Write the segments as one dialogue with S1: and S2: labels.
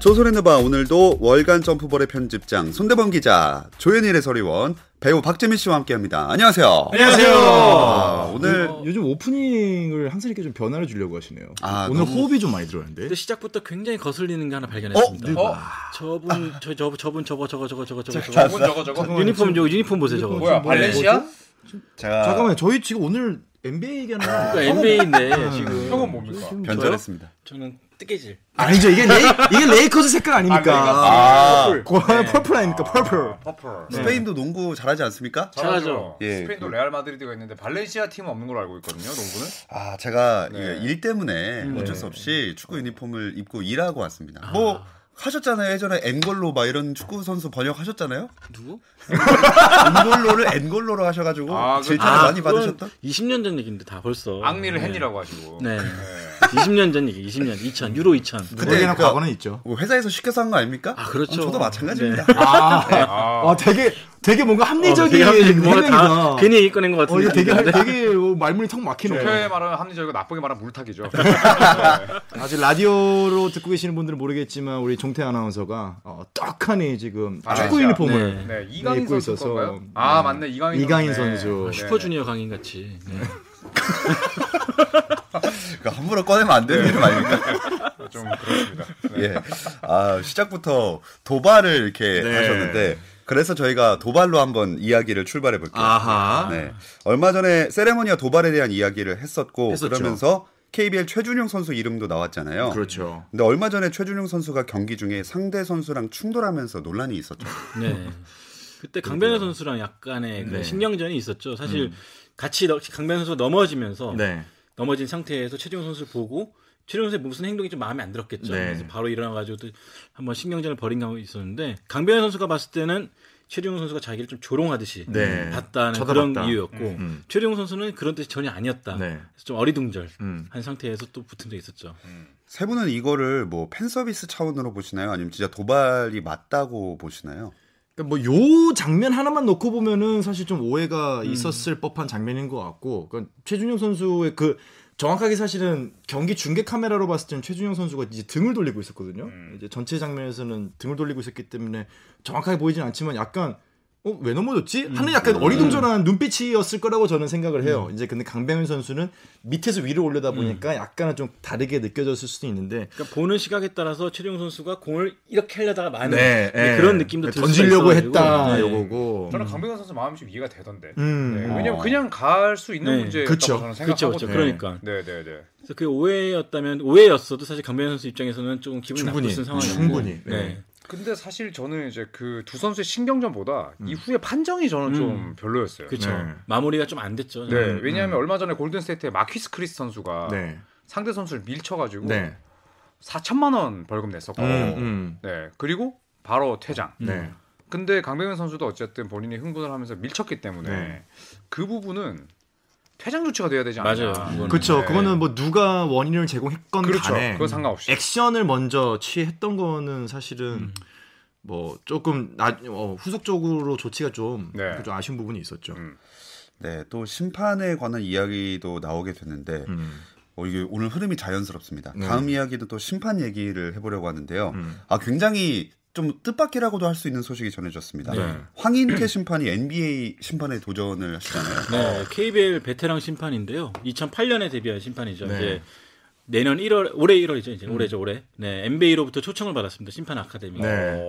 S1: 조선의 누바 오늘도 월간 점프볼의 편집장 손대범 기자 조현일 해설위원 배우 박재민 씨와 함께합니다. 안녕하세요.
S2: 안녕하세요.
S1: 아, 오늘
S3: 요즘 오프닝을 항상 이렇게 좀 변화를 주려고 하시네요.
S1: 아,
S3: 오늘
S1: 너무-
S3: 호흡이 좀 많이 들어갔는데.
S2: 근데 시작부터 굉장히 거슬리는 게 하나 발견했습니다.
S3: 어?
S2: 저분 저, 저 저분 저거 저거 저거 저거 저거 저거
S4: 저건 저거 저거
S2: 유니폼 저 유니폼 보세요 저거.
S3: 유니폼.
S4: 뭐야
S3: 뭐야,
S4: 발렌시아?
S1: 제가
S3: 잠깐만요. 저희 지금 오늘 NBA 얘기하는 거
S2: 그러니까
S3: 아니에요?
S2: NBA인데 지금
S4: 형은 뭡니까?
S1: 변절했습니다.
S2: 저는 뜨개질.
S3: 아니죠. 이게 레이, 이게 레이커즈 색깔 아닙니까?
S1: 아,
S4: 펄플.
S3: 고- 펄플 아닙니까? 펄플.
S4: 퍼플.
S1: 스페인도 농구 잘하지 않습니까?
S2: 잘하죠.
S1: 예,
S4: 스페인도
S1: 그-
S4: 레알 마드리드가 있는데 발렌시아 팀은 없는 걸로 알고 있거든요. 농구는.
S1: 아, 제가
S4: 네.
S1: 예, 일 때문에 어쩔 수 없이 축구 유니폼을 입고 일하고 왔습니다. 뭐 하셨잖아요. 예전에 엔골로 막 이런 축구 선수 번역하셨잖아요.
S2: 누구?
S1: 엔골로를 엔골로로 하셔가지고
S4: 아, 그-
S1: 질타를 많이 받으셨던.
S2: 20년 전 얘기인데 다
S3: 어,
S2: 벌써.
S4: 앙리를
S2: 네.
S4: 헨이라고 하시고.
S2: 네. 20년 전 얘기. 20년 2000 유로 2000.
S3: 그때는
S1: 그러니까-
S3: 과거는 있죠.
S1: 뭐 회사에서 시켜서 한 거 아닙니까?
S2: 아, 그렇죠.
S1: 저도 마찬가지입니다.
S3: 아,
S4: 아,
S3: 아, 되게 되게 뭔가 합리적인
S2: 아, 합리적인 어, 뭔가 다
S3: 해명이다.
S2: 괜히 얘기 꺼낸 것 같은데.
S3: 어, 이거 되게
S2: 안 돼.
S3: 되게 말문이 턱 막히네요. 네,
S4: 표에 말하면 합리적이고 나쁘게 말하면 물타기죠.
S3: 아직 라디오로 듣고 계시는 분들은 모르겠지만 우리 종태 아나운서가 어, 떡하니 지금
S4: 아,
S3: 축구
S4: 진짜.
S3: 유니폼을
S2: 네.
S4: 네,
S3: 네,
S4: 이강인
S3: 입고
S4: 선수
S3: 있어서.
S4: 건가요? 아, 맞네. 이강인,
S3: 이강인
S4: 선수네.
S3: 선수.
S4: 네.
S2: 뭐 슈퍼주니어 강인 같이. 네.
S1: 그러니까 함부로 꺼내면 안 되는 이름 아닙니까?
S4: 좀 그렇습니다.
S3: 음.
S4: 네.
S1: 예. 아, 시작부터 도발을 이렇게
S3: 네.
S1: 하셨는데 그래서 저희가 도발로 한번 이야기를 출발해 볼게요.
S3: 아하.
S1: 네. 얼마 전에 세레모니와 도발에 대한 이야기를 했었고
S3: 했었죠.
S1: 그러면서 KBL 최준용 선수 이름도 나왔잖아요.
S3: 그렇죠.
S1: 근데 얼마 전에 최준용 선수가 경기 중에 상대 선수랑 충돌하면서 논란이 있었죠.
S2: 네. 그때 강변호 선수랑 약간의 그 신경전이 있었죠. 사실 같이 너- 강변호 선수가 넘어지면서
S3: 네.
S2: 넘어진 상태에서 최종 선수를 보고 최종 선수의 무슨 행동이 좀 마음에 안 들었겠죠.
S3: 네.
S2: 그래서 바로 일어나가지고 또 한번 신경전을 벌인 감이 있었는데 강변호 선수가 봤을 때는 최종 선수가 자기를 좀 조롱하듯이
S3: 네.
S2: 봤다는
S3: 쳐다봤다.
S2: 그런 이유였고
S3: 음.
S2: 최종 선수는 그런 뜻이 전혀 아니었다.
S3: 네.
S2: 그래서 좀 어리둥절한
S3: 음.
S2: 상태에서 또 붙은 적이 있었죠.
S1: 세 분은 이거를 뭐 팬 서비스 차원으로 보시나요? 아니면 진짜 도발이 맞다고 보시나요?
S3: 그러니까 뭐요 장면 하나만 놓고 보면은 사실 좀 오해가 있었을 법한 장면인 것 같고 그러니까 최준용 선수의 그 정확하게 사실은 경기 중계 카메라로 봤을 때는 최준용 선수가 이제 등을 돌리고 있었거든요. 이제 전체 장면에서는 등을 돌리고 있었기 때문에 정확하게 보이진 않지만 약간 어, 왜 넘어졌지? 하는 약간 어리둥절한 눈빛이었을 거라고 저는 생각을 해요. 이제 근데 강병현 선수는 밑에서 위로 올려다 보니까 약간은 좀 다르게 느껴졌을 수도 있는데
S2: 그러니까 보는 시각에 따라서 최종 선수가 공을 이렇게 하려다가 많은
S3: 네, 네.
S2: 그런 느낌도 들 수가
S3: 던지려고
S2: 있어가지고.
S3: 했다
S2: 네.
S3: 요거고.
S4: 저는 강백원 선수 마음이 좀 이해가 되던데.
S3: 음.
S4: 네,
S3: 어.
S4: 왜냐면 그냥 갈 수 있는
S2: 네.
S4: 문제였다고
S3: 그쵸.
S4: 저는
S2: 그렇죠,
S4: 생각하거든요.
S2: 그렇죠. 그러니까.
S4: 네, 네, 네.
S2: 그래서 그게 오해였다면 오해였어도 사실 강변 선수 입장에서는 조금 기분이
S3: 충분히,
S2: 나빴을 상황이었고.
S3: 충분히,
S2: 네.
S4: 근데 사실 저는 이제 그 두 선수의 신경전보다
S3: 음.
S4: 이후의 판정이 저는 좀 별로였어요.
S2: 그렇죠.
S3: 네.
S2: 마무리가 좀 안 됐죠.
S4: 네, 왜냐하면 얼마 전에 골든스테이트의 마퀴스 크리스 선수가
S3: 음, 네.
S4: 상대 선수를 밀쳐가지고
S3: 네.
S4: 4천만 원 벌금 냈었고,
S3: 음, 음.
S4: 네 그리고 바로 퇴장.
S3: 네.
S4: 근데 강병현 선수도 어쨌든 본인이 흥분을 하면서 밀쳤기 때문에
S3: 네.
S4: 그 부분은 퇴장 조치가 돼야 되지 않나.
S2: 맞아요. 그거는.
S3: 그렇죠.
S4: 네.
S3: 그거는 뭐 누가 원인을 제공했건
S4: 그렇죠.
S3: 간에
S4: 그건 상관없이.
S3: 액션을 먼저 취했던 거는 사실은 뭐 조금 나, 어, 후속적으로 조치가 좀, 그
S4: 네.
S3: 좀 아쉬운 부분이 있었죠.
S4: 음.
S1: 네, 또 심판에 관한 이야기도 나오게 됐는데
S3: 음.
S1: 어, 이게 오늘 흐름이 자연스럽습니다.
S3: 네.
S1: 다음 이야기는 또 심판 얘기를 해보려고 하는데요.
S3: 음.
S1: 아 굉장히 좀 뜻밖이라고도 할 수 있는 소식이 전해졌습니다.
S3: 네.
S1: 황인태 심판이 NBA 심판에 도전을
S3: 음.
S1: 하시잖아요.
S2: 네, KBL 베테랑 심판인데요. 2008년에 데뷔한 심판이죠.
S3: 네.
S2: 이제 내년 1월, 올해 1월이죠. 이제 올해죠, 올해. 네, NBA로부터 초청을 받았습니다. 심판 아카데미.
S3: 네.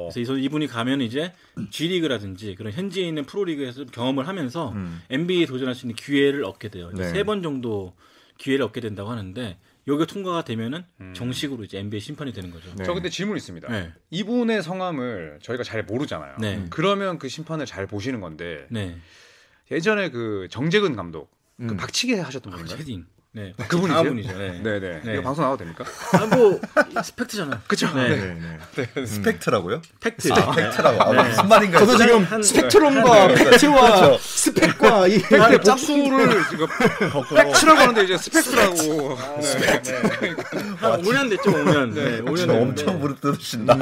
S2: 그래서 이 선- 이분이 가면 이제 G리그라든지 그런 현지에 있는 프로리그에서 좀 경험을 하면서 NBA에 도전할 수 있는 기회를 얻게 돼요.
S3: 네.
S2: 세 번 정도 기회를 얻게 된다고 하는데 여기 통과가 되면은 정식으로 이제 NBA 심판이 되는 거죠.
S3: 네.
S4: 저 근데 질문 있습니다.
S2: 네.
S4: 이분의 성함을 저희가 잘 모르잖아요.
S2: 네.
S4: 그러면 그 심판을 잘 보시는 건데
S2: 네.
S4: 예전에 그 정재근 감독 그
S3: 음.
S4: 박치기 하셨던 분인가요?
S2: 헤딩. 네,
S4: 그분이세요?
S2: 분이죠. 네.
S4: 네, 네.
S2: 네.
S4: 이거 방송 나와도 됩니까?
S3: 어.
S2: 아, 뭐 스펙트잖아요.
S4: 그쵸?
S2: 네.
S4: 네.
S3: 네, 네.
S1: 스펙트라고요?
S2: 팩트.
S1: 스펙트라고. 아, 무슨 말인가
S3: 저도
S1: 했어요.
S3: 지금 스펙트럼과 팩트와
S1: 그렇죠.
S3: 스펙과 이
S4: 팩트의 복수를 지금 팩트라고 하는데 이제 스펙트라고.
S3: 아, 네.
S4: 네.
S2: 한 5년 됐죠, 5년. 네, 5년
S1: 지금 엄청
S3: 음,
S1: 부르뜨신다.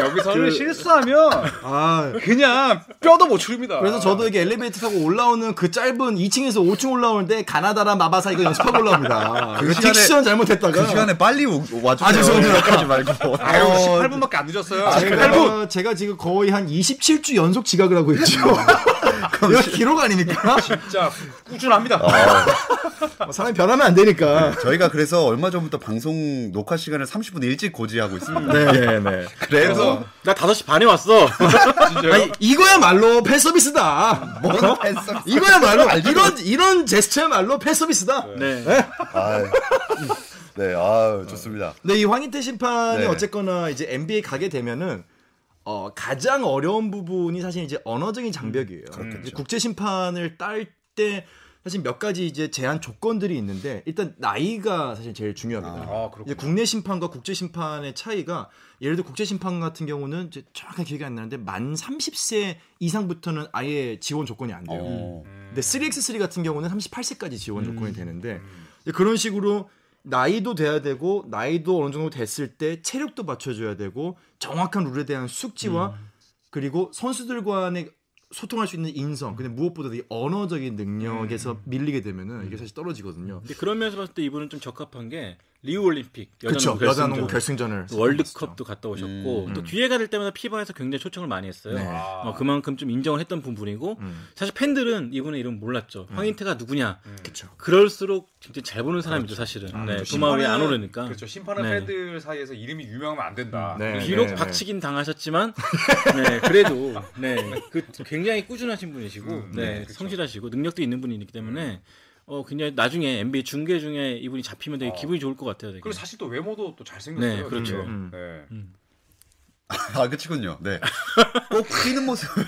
S4: 여기서는 실수하면
S3: 그 아
S4: 그냥 뼈도 못 추립니다.
S3: 그래서 저도 이게 엘리베이터 타고 올라오는 그 짧은 2층에서 5층 올라오는데 가나다라 마바사 이거 연습하고 올라옵니다.
S1: 그
S3: 그
S1: 시간에-
S3: 딕션 잘못했다가
S1: 그 시간에 빨리 오- 와주세요.
S3: 아, 죄송합니다.
S1: 여기까지 말고. 어,
S4: 아유, 18분밖에 안 늦었어요.
S3: 어, 아, 그래서 제가 지금 거의 한 27주 연속 지각을 하고 있죠.
S4: 어.
S3: 이거 기록 아닙니까? 뭐
S4: 진짜 꾸준합니다.
S3: 아, 사람이 변하면 안 되니까.
S1: 저희가 그래서 얼마 전부터 방송 녹화 시간을 30분 일찍 고지하고 있습니다.
S3: 네, 네.
S1: 그래서
S2: 나 5시 반에 왔어.
S4: 진짜요?
S3: 이거야말로 팬서비스다. 뭐,
S1: 뭔 말씀?
S3: 이거야말로 이런 이런 제스처야말로 팬서비스다.
S2: 네.
S3: 어?
S1: 아, 네, 아 좋습니다.
S3: 근데 네, 이 황희태 심판이
S1: 네.
S3: 어쨌거나 이제 NBA 가게 되면은 어, 가장 어려운 부분이 사실 이제 언어적인 장벽이에요.
S4: 음,
S3: 이제 국제 심판을 딸 때 사실 몇 가지 이제 제한 조건들이 있는데 일단 나이가 사실 제일 중요합니다.
S4: 아, 그렇군요.
S3: 이제 국내 심판과 국제 심판의 차이가 예를 들어 국제 심판 같은 경우는 이제 정확하게 기억이 안 나는데 만 30세 이상부터는 아예 지원 조건이 안 돼요.
S1: 어.
S3: 근데 3x3 같은 경우는 38세까지 지원 조건이
S4: 음.
S3: 되는데 이제 그런 식으로 나이도 돼야 되고 나이도 어느 정도 됐을 때 체력도 받쳐줘야 되고 정확한 룰에 대한 숙지와
S2: 음.
S3: 그리고 선수들 간의 소통할 수 있는 인성 근데 무엇보다도 이 언어적인 능력에서
S2: 음.
S3: 밀리게 되면은 이게 사실 떨어지거든요.
S2: 근데 그런 면에서 봤을 때 이분은 좀 적합한 게 리우 올림픽
S3: 그렇죠.
S2: 여자농구
S3: 여자 농구
S2: 결승전.
S3: 결승전을
S2: 또 월드컵도 갔다 오셨고 또 기회가 될 때마다 피바에서 굉장히 초청을 많이 했어요.
S3: 네.
S4: 아,
S2: 어, 그만큼 좀 인정을 했던 분분이고
S3: 음.
S2: 사실 팬들은 이분의 이름 몰랐죠. 황인태가 누구냐?
S3: 그렇죠.
S2: 그럴수록 진짜 잘 보는 사람이죠 사실은. 네,
S3: 그렇죠.
S2: 도마 위에 안 오르니까.
S4: 그렇죠. 심판은
S2: 네.
S4: 팬들 사이에서 이름이 유명하면 안 된다.
S3: 네.
S2: 비록
S3: 네, 네.
S2: 박치긴 당하셨지만, 네, 그래도, 네, 그 굉장히 꾸준하신 분이시고,
S4: 음,
S2: 네,
S4: 네, 그쵸.
S2: 성실하시고, 능력도 있는 분이기 때문에, 어, 굉장히 나중에 NBA 중계 중에 이분이 잡히면 되게
S4: 어.
S2: 기분이 좋을 것 같아요. 되게.
S4: 그리고 사실 또 외모도 또 잘생겼어요.
S2: 네, 그렇죠.
S4: 되게.
S3: 음.
S4: 네.
S1: 아, 그치군요. 네. 꼭 뛰는 모습을.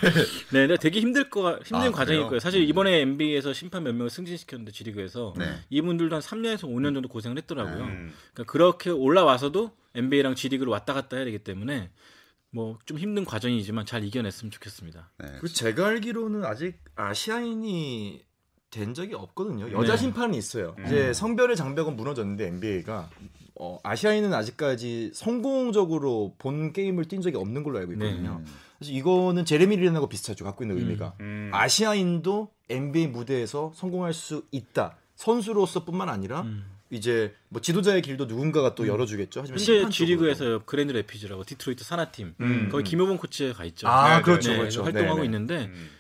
S2: 네, 근데 되게 힘들 거, 힘든
S1: 아,
S2: 과정일
S1: 그래요?
S2: 거예요. 사실 이번에 NBA에서 심판 몇 명을 승진시켰는데, 지리그에서.
S1: 네.
S2: 이분들도 한 3년에서 5년 정도 고생을 했더라고요.
S4: 음.
S2: 그러니까 그렇게 올라와서도 NBA랑 지리그를 왔다 갔다 해야 되기 때문에, 뭐 좀 힘든 과정이지만 잘 이겨냈으면 좋겠습니다.
S1: 네.
S3: 그 제가 알기로는 아직 아시아인이 된 적이 없거든요. 여자
S2: 네.
S3: 심판은 있어요.
S4: 음.
S3: 이제 성별의 장벽은 무너졌는데 NBA가 어, 아시아인은 아직까지 성공적으로 본 게임을 뛴 적이 없는 걸로 알고 있거든요. 사실 이거는 제레미 린하고 비슷하죠. 갖고 있는 의미가
S4: 음.
S3: 아시아인도 NBA 무대에서 성공할 수 있다. 선수로서뿐만 아니라
S2: 음.
S3: 이제 뭐 지도자의 길도 누군가가 또 열어주겠죠. 하지만
S2: 현재
S3: 심판 쪽으로도.
S2: G리그에서 그랜드 레피즈라고 디트로이트 산하팀
S4: 음,
S2: 거기 김효봉 코치가 가 있죠.
S3: 아
S4: 네,
S3: 그렇죠
S2: 네,
S3: 그렇죠
S2: 활동하고
S3: 네, 네.
S2: 있는데
S4: 음.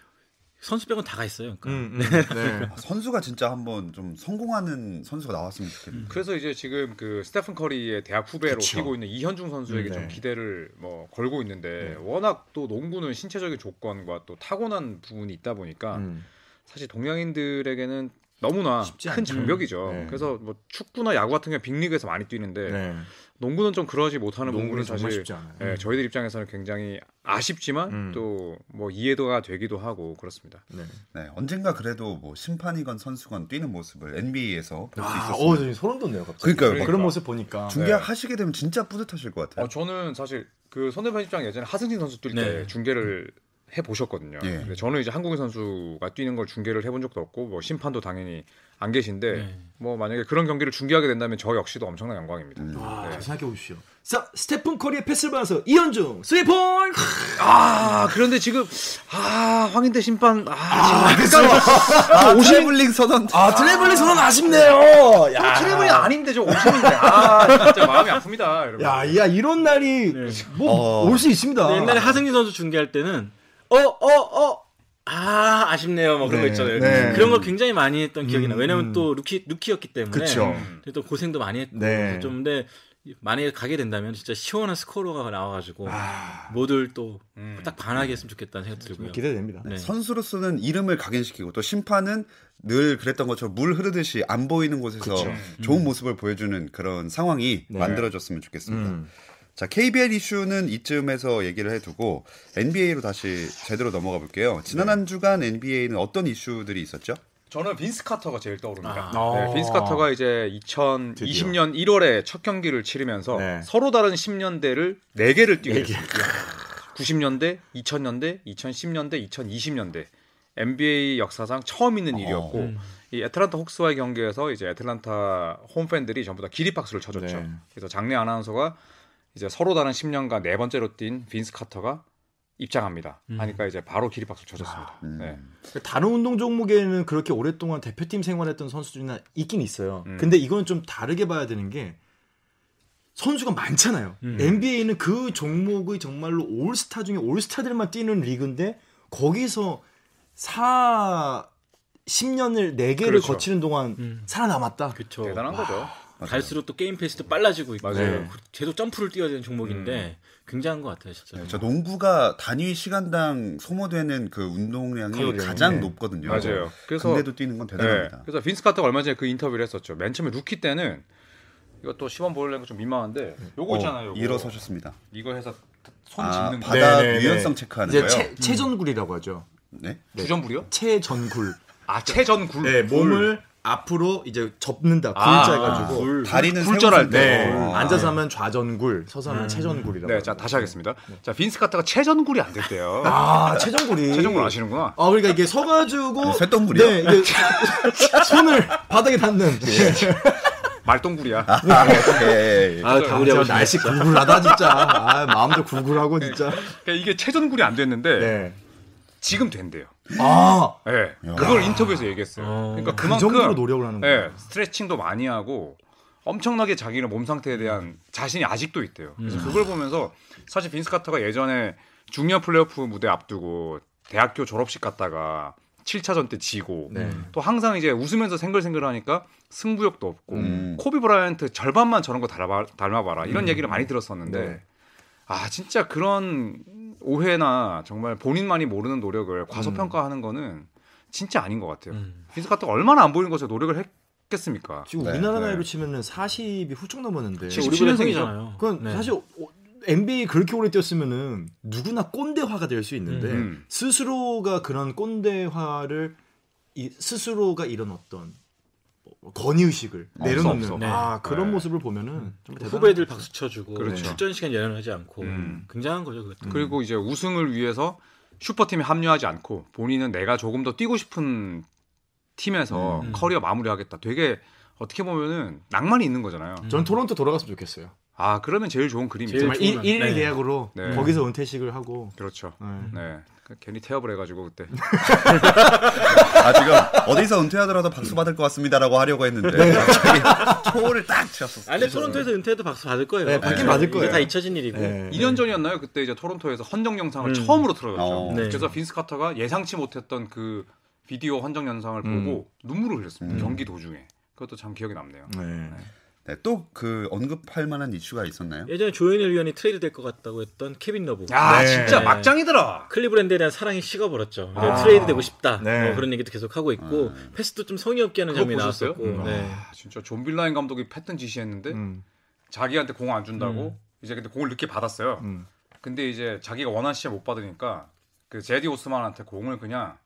S2: 선수 빼고 다가 있어요. 그러니까.
S3: 음, 음, 네.
S1: 아, 선수가 진짜 한번 좀 성공하는 선수가 나왔으면
S3: 음.
S1: 좋겠네요.
S4: 그래서 이제 지금 그 스테픈 커리의 대학 후배로
S3: 그쵸.
S4: 뛰고 있는 이현중 선수에게
S3: 음, 네.
S4: 좀 기대를 뭐 걸고 있는데 워낙 또 농구는 신체적인 조건과 또 타고난 부분이 있다 보니까
S3: 음.
S4: 사실 동양인들에게는 너무나
S3: 쉽지
S4: 큰
S3: 않죠.
S4: 장벽이죠.
S3: 네.
S4: 그래서 뭐 축구나 야구 같은 경우 빅리그에서 많이 뛰는데
S3: 네.
S4: 농구는 좀 그러지 못하는 부분은
S3: 농구는 정말
S4: 사실
S3: 쉽지 않아요.
S4: 예, 저희들 입장에서는 굉장히 아쉽지만
S3: 음.
S4: 또 뭐 이해도가 되기도 하고 그렇습니다.
S3: 네.
S1: 네, 언젠가 그래도 뭐 심판이건 선수건 뛰는 모습을 NBA에서 볼 수
S3: 아,
S1: 있었어요.
S3: 어, 저 소름 돋네요, 갑자기.
S1: 그러니까요.
S3: 그런
S4: 그러니까.
S3: 모습 보니까.
S1: 중계하시게 되면 진짜 뿌듯하실 것 같아요.
S4: 어, 저는 사실 그 선대 편집장 예전에 하승진 선수 뛸 때
S2: 네.
S4: 중계를 해 보셨거든요.
S1: 예.
S4: 근데 저는 이제 한국인 선수가 뛰는 걸 중계를 해본 적도 없고 뭐 심판도 당연히 안 계신데
S2: 네.
S4: 뭐 만약에 그런 경기를 중계하게 된다면 저 역시도 엄청난 영광입니다.
S1: 음.
S3: 와,
S4: 네.
S3: 생각해 보십시오. 자, 스테픈 커리의 패스를 받아서 이현중 스리폰.
S4: 아 그런데 지금 아 황인대 심판 아,
S1: 아, 트래블링 선언.
S3: 아, 트래블링 선언 아쉽네요.
S4: 아, 트래블이 아닌데 저 오시는데 아 진짜 마음이 아픕니다 여러분.
S3: 야, 야, 이런 날이
S2: 네.
S3: 뭐
S1: 어.
S3: 올 수 있습니다.
S2: 근데 옛날에 하승진 선수 중계할 때는 어 어 어 아, 아쉽네요. 뭐 그런
S3: 네,
S2: 거 있잖아요.
S3: 네.
S2: 그런 걸 굉장히 많이 했던 기억이 나. 요
S3: 음,
S2: 왜냐면
S3: 음.
S2: 또 루키 루키였기 때문에
S3: 그쵸.
S2: 근데 또 고생도 많이 했고
S3: 네.
S2: 그래서 좀 근데 만약에 가게 된다면 진짜 시원한 스코어가 나와가지고
S3: 아, 네. 음.
S2: 모두를 또 딱
S4: 음.
S2: 반하게 했으면 좋겠다는 생각 들고요.
S3: 기대됩니다.
S2: 네.
S1: 선수로서는 이름을 각인시키고 또 심판은 늘 그랬던 것처럼 물 흐르듯이 안 보이는 곳에서
S3: 그쵸. 음.
S1: 좋은 모습을 보여주는 그런 상황이
S3: 네.
S1: 만들어졌으면 좋겠습니다.
S3: 음.
S1: 자, KBL 이슈는 이쯤에서 얘기를 해두고
S4: 네.
S1: NBA로 다시 제대로 넘어가 볼게요. 지난 한 주간 NBA는 어떤 이슈들이 있었죠?
S4: 저는 빈스 카터가 제일 떠오릅니다.
S3: 아.
S4: 네, 빈스 카터가 이제 2020년 1월에 첫 경기를 치르면서
S3: 네.
S4: 서로 다른 10년대를 4개를 뛰게 됐어요. 90년대, 2000년대, 2010년대, 2020년대 NBA 역사상 처음 있는 일이었고
S2: 음.
S4: 이 애틀란타 혹스와의 경기에서 이제 애틀란타 홈팬들이 전부 다 기립박수를 쳐줬죠.
S3: 네.
S4: 그래서 장례 아나운서가 이제 서로 다른 10년간 네 번째로 뛴 빈스 카터가 입장합니다.
S2: 음.
S4: 하니까 이제 바로 기립박수 쳐줬습니다.
S1: 음.
S4: 네.
S3: 다른 운동 종목에는 그렇게 오랫동안 대표팀 생활했던 선수들이나 있긴 있어요.
S4: 음.
S3: 근데 이거는 좀 다르게 봐야 되는 게 선수가 많잖아요.
S2: 음.
S3: NBA는 그 종목의 정말로 올스타 중에 올스타들만 뛰는 리그인데 거기서 4 10년을 4개를
S4: 그렇죠.
S3: 거치는 동안
S2: 음.
S3: 살아남았다.
S2: 그쵸.
S4: 대단한 거죠.
S2: 갈수록 또 게임 페이스도 빨라지고 있고
S4: 맞아요.
S3: 네. 음.
S2: 계속 점프를 뛰어야 되는 종목인데 굉장한 것 같아요 진짜.
S1: 네, 저 농구가 단위 시간당 소모되는 그 운동량이
S3: 칼로리요.
S1: 가장
S3: 네.
S1: 높거든요.
S4: 맞아요. 그래서
S1: 근데도 뛰는 건 대단합니다.
S4: 네. 그래서 빈스 카터가 얼마 전에 그 인터뷰를 했었죠. 맨 처음에 루키 때는 이것도 시범 보려니까 좀 민망한데 요거
S1: 어,
S4: 있잖아요. 요거.
S1: 일어서셨습니다.
S4: 이거 해서 손
S1: 아,
S4: 짚는 거.
S3: 네.
S1: 바닥
S3: 네네네.
S1: 유연성 체크하는
S3: 이제
S1: 거예요.
S3: 채, 체전굴이라고 하죠.
S1: 네.
S4: 주전부리요?
S3: 체전굴.
S4: 아 체전굴.
S3: 네, 몸을 앞으로 이제 접는다.
S4: 아,
S3: 굴자 해가지고.
S1: 네, 다리는
S4: 굴절할
S1: 세우면서-
S4: 때.
S3: 네.
S1: 어.
S3: 앉아서 하면 좌전굴, 서서 하면 체전굴이라고.
S4: 네, 자 다시 하겠습니다. 자 빈스 카터가 체전굴이 안 됐대요.
S3: 아, 체전골이.
S4: 체전굴 아시는구나.
S3: 아, 그러니까 이게 서가지고.
S1: 네, 쇳덩굴이요?
S3: 네, 이게 손을 바닥에 닿는.
S1: 예.
S4: 말똥굴이야.
S1: 아, 예, 예.
S2: 아 다우리
S3: 네. 저
S2: 아버지
S3: 날씨 굴굴하다, 진짜. 아, 마음도 굴굴하고, 진짜.
S4: 그러니까 이게 체전굴이 안 됐는데
S3: 네.
S4: 지금 된대요.
S3: 아,
S4: 예. 그걸 인터뷰에서 얘기했어요.
S2: 어.
S4: 그러니까
S3: 그
S4: 그만큼
S3: 정도로 노력을 하는 거예요.
S4: 예, 스트레칭도 많이 하고 엄청나게 자기는 몸 상태에 대한 자신이 아직도 있대요.
S3: 음.
S4: 그래서 그걸 보면서 사실 빈스 카터가 예전에 중년 플레이오프 무대 앞두고 대학교 졸업식 갔다가 7차전 때 지고
S3: 네.
S4: 또 항상 이제 웃으면서 생글생글하니까 승부욕도 없고
S1: 음.
S4: 코비 브라이언트 절반만 저런 거 닮아, 닮아봐라 이런 얘기를 많이 들었었는데
S3: 네.
S4: 아 진짜 그런 오해나 정말 본인만이 모르는 노력을 과소평가하는 거는 진짜 아닌 것 같아요.
S2: 음.
S4: 빈스 카터가 얼마나 안 보이는 것에 노력을 했겠습니까?
S3: 지금
S1: 네,
S3: 우리나라
S4: 네.
S3: 나이로 치면은 40이 훌쩍 넘었는데.
S4: 칠십-
S2: 우리보다
S4: 77년생이죠.
S2: 생이잖아요. 네.
S3: 그건 사실 어, NBA 그렇게 오래 뛰었으면은 누구나 꼰대화가 될 수 있는데
S4: 음.
S3: 스스로가 그런 꼰대화를 이 스스로가 이런 어떤 뭐 권위의식을
S4: 없어,
S3: 내려놓는
S4: 없어.
S3: 아
S4: 네.
S3: 그런
S4: 네.
S3: 모습을 보면은 좀 대단한
S2: 후배들
S3: 것 같아요.
S2: 박수 쳐주고
S4: 그렇죠.
S2: 출전 시간 예언하지 않고
S4: 음.
S2: 굉장한 거죠 그것도.
S4: 그리고 이제 우승을 위해서 슈퍼팀에 합류하지 않고 본인은 내가 조금 더 뛰고 싶은 팀에서
S2: 음.
S4: 커리어 마무리하겠다. 되게 어떻게 보면은 낭만이 있는 거잖아요.
S3: 저는 토론토 돌아갔으면 좋겠어요.
S4: 아 그러면 제일 좋은 그림이죠.
S2: 제일
S3: 정말
S2: 좋은 안-
S3: 1일
S2: 네.
S3: 계약으로
S4: 네.
S3: 거기서 은퇴식을 하고
S4: 그렇죠.
S3: 네.
S2: 음.
S4: 네. 괜히 태업을 해가지고 그때
S2: 네.
S1: 아 지금 어디서 은퇴하더라도 박수 받을 것 같습니다라고 하려고
S4: 네.
S1: 했는데 갑자기 초를 딱 치었었어요.
S2: 안에 토론토에서 은퇴해도 박수 받을 거예요.
S3: 네, 받긴 받을 거예요.
S2: 이게 다 잊혀진 일이고.
S3: 네.
S4: 2년 전이었나요? 그때 이제 토론토에서 헌정 영상을 처음으로 틀어줬죠.
S1: 어.
S2: 네.
S4: 그래서 빈스 카터가 예상치 못했던 그 비디오 헌정 영상을
S2: 음.
S4: 보고 눈물을 흘렸습니다. 경기 도중에. 그것도 참 기억에 남네요.
S3: 네.
S1: 네, 또그 언급할 만한 이슈가 있었나요?
S2: 예전에 조현일 위원이 트레이드 될 것 같다고 했던 케빈 러브.
S3: 아.
S4: 야 진짜
S2: 네.
S4: 막장이더라.
S2: 클리브랜드에 대한 사랑이 식어버렸죠.
S4: 아.
S2: 트레이드 되고 싶다.
S3: 네.
S2: 뭐 그런 얘기도 계속 하고 있고 패스도 좀 성의 없게 하는
S4: 그거
S2: 장면이
S4: 보셨어요?
S2: 나왔었고.
S3: 음.
S2: 네.
S4: 아, 진짜 존 빌라인 감독이 패턴 지시했는데
S3: 음,
S4: 자기한테 공 안 준다고 이제 근데 공을 늦게 받았어요.
S3: 음.
S4: 근데 이제 자기가 원한 시에 못 받으니까 그 제디 오스만한테 공을 그냥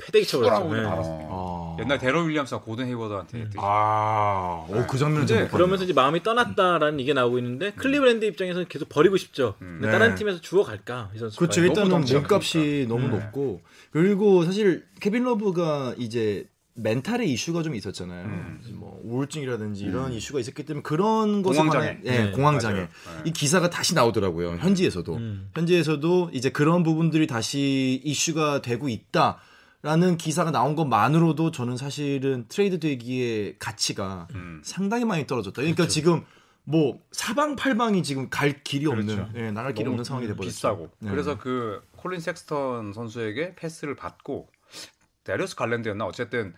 S2: 패대기 쳐버렸죠.
S4: 축구라고
S2: 네.
S4: 받았어.
S1: 어,
S3: 아. 음.
S4: 옛날 데런 윌리엄스와 고든 헤이워드한테 했듯이.
S3: 아, 오, 그 장면을
S4: 근데
S3: 제가
S2: 그러면서 이제 마음이 떠났다라는 이게 나오고 있는데 클리브랜드 입장에서는 계속 버리고 싶죠. 근데
S3: 네.
S2: 다른 팀에서 주워 갈까 이 음. 선수.
S3: 그렇죠.
S4: 너무
S3: 일단은
S4: 덩치가
S3: 몸값이 너무 높고 그리고 사실 케빈 러브가 이제 멘탈의 이슈가 좀 있었잖아요. 뭐 우울증이라든지 이런 이슈가 있었기 때문에 그런 것에
S4: 공황장애.
S3: 관한 예,
S2: 네,
S3: 공황장애.
S4: 맞아요.
S3: 이 기사가 다시 나오더라고요. 현지에서도.
S2: 음.
S3: 현지에서도 이제 그런 부분들이 다시 이슈가 되고 있다. 라는 기사가 나온 것만으로도 저는 사실은 트레이드 되기에 가치가
S4: 음. 그렇죠.
S3: 상당히 많이 떨어졌다. 그러니까 지금 뭐 사방팔방이 지금 갈 길이 없는, 예, 나갈
S4: 그렇죠.
S3: 길이
S4: 너무
S3: 없는 상황이 돼버렸죠.
S4: 비싸고
S3: 네.
S4: 그래서 그 콜린 섹스턴 선수에게 패스를 받고 데리어스 갈랜드였나 어쨌든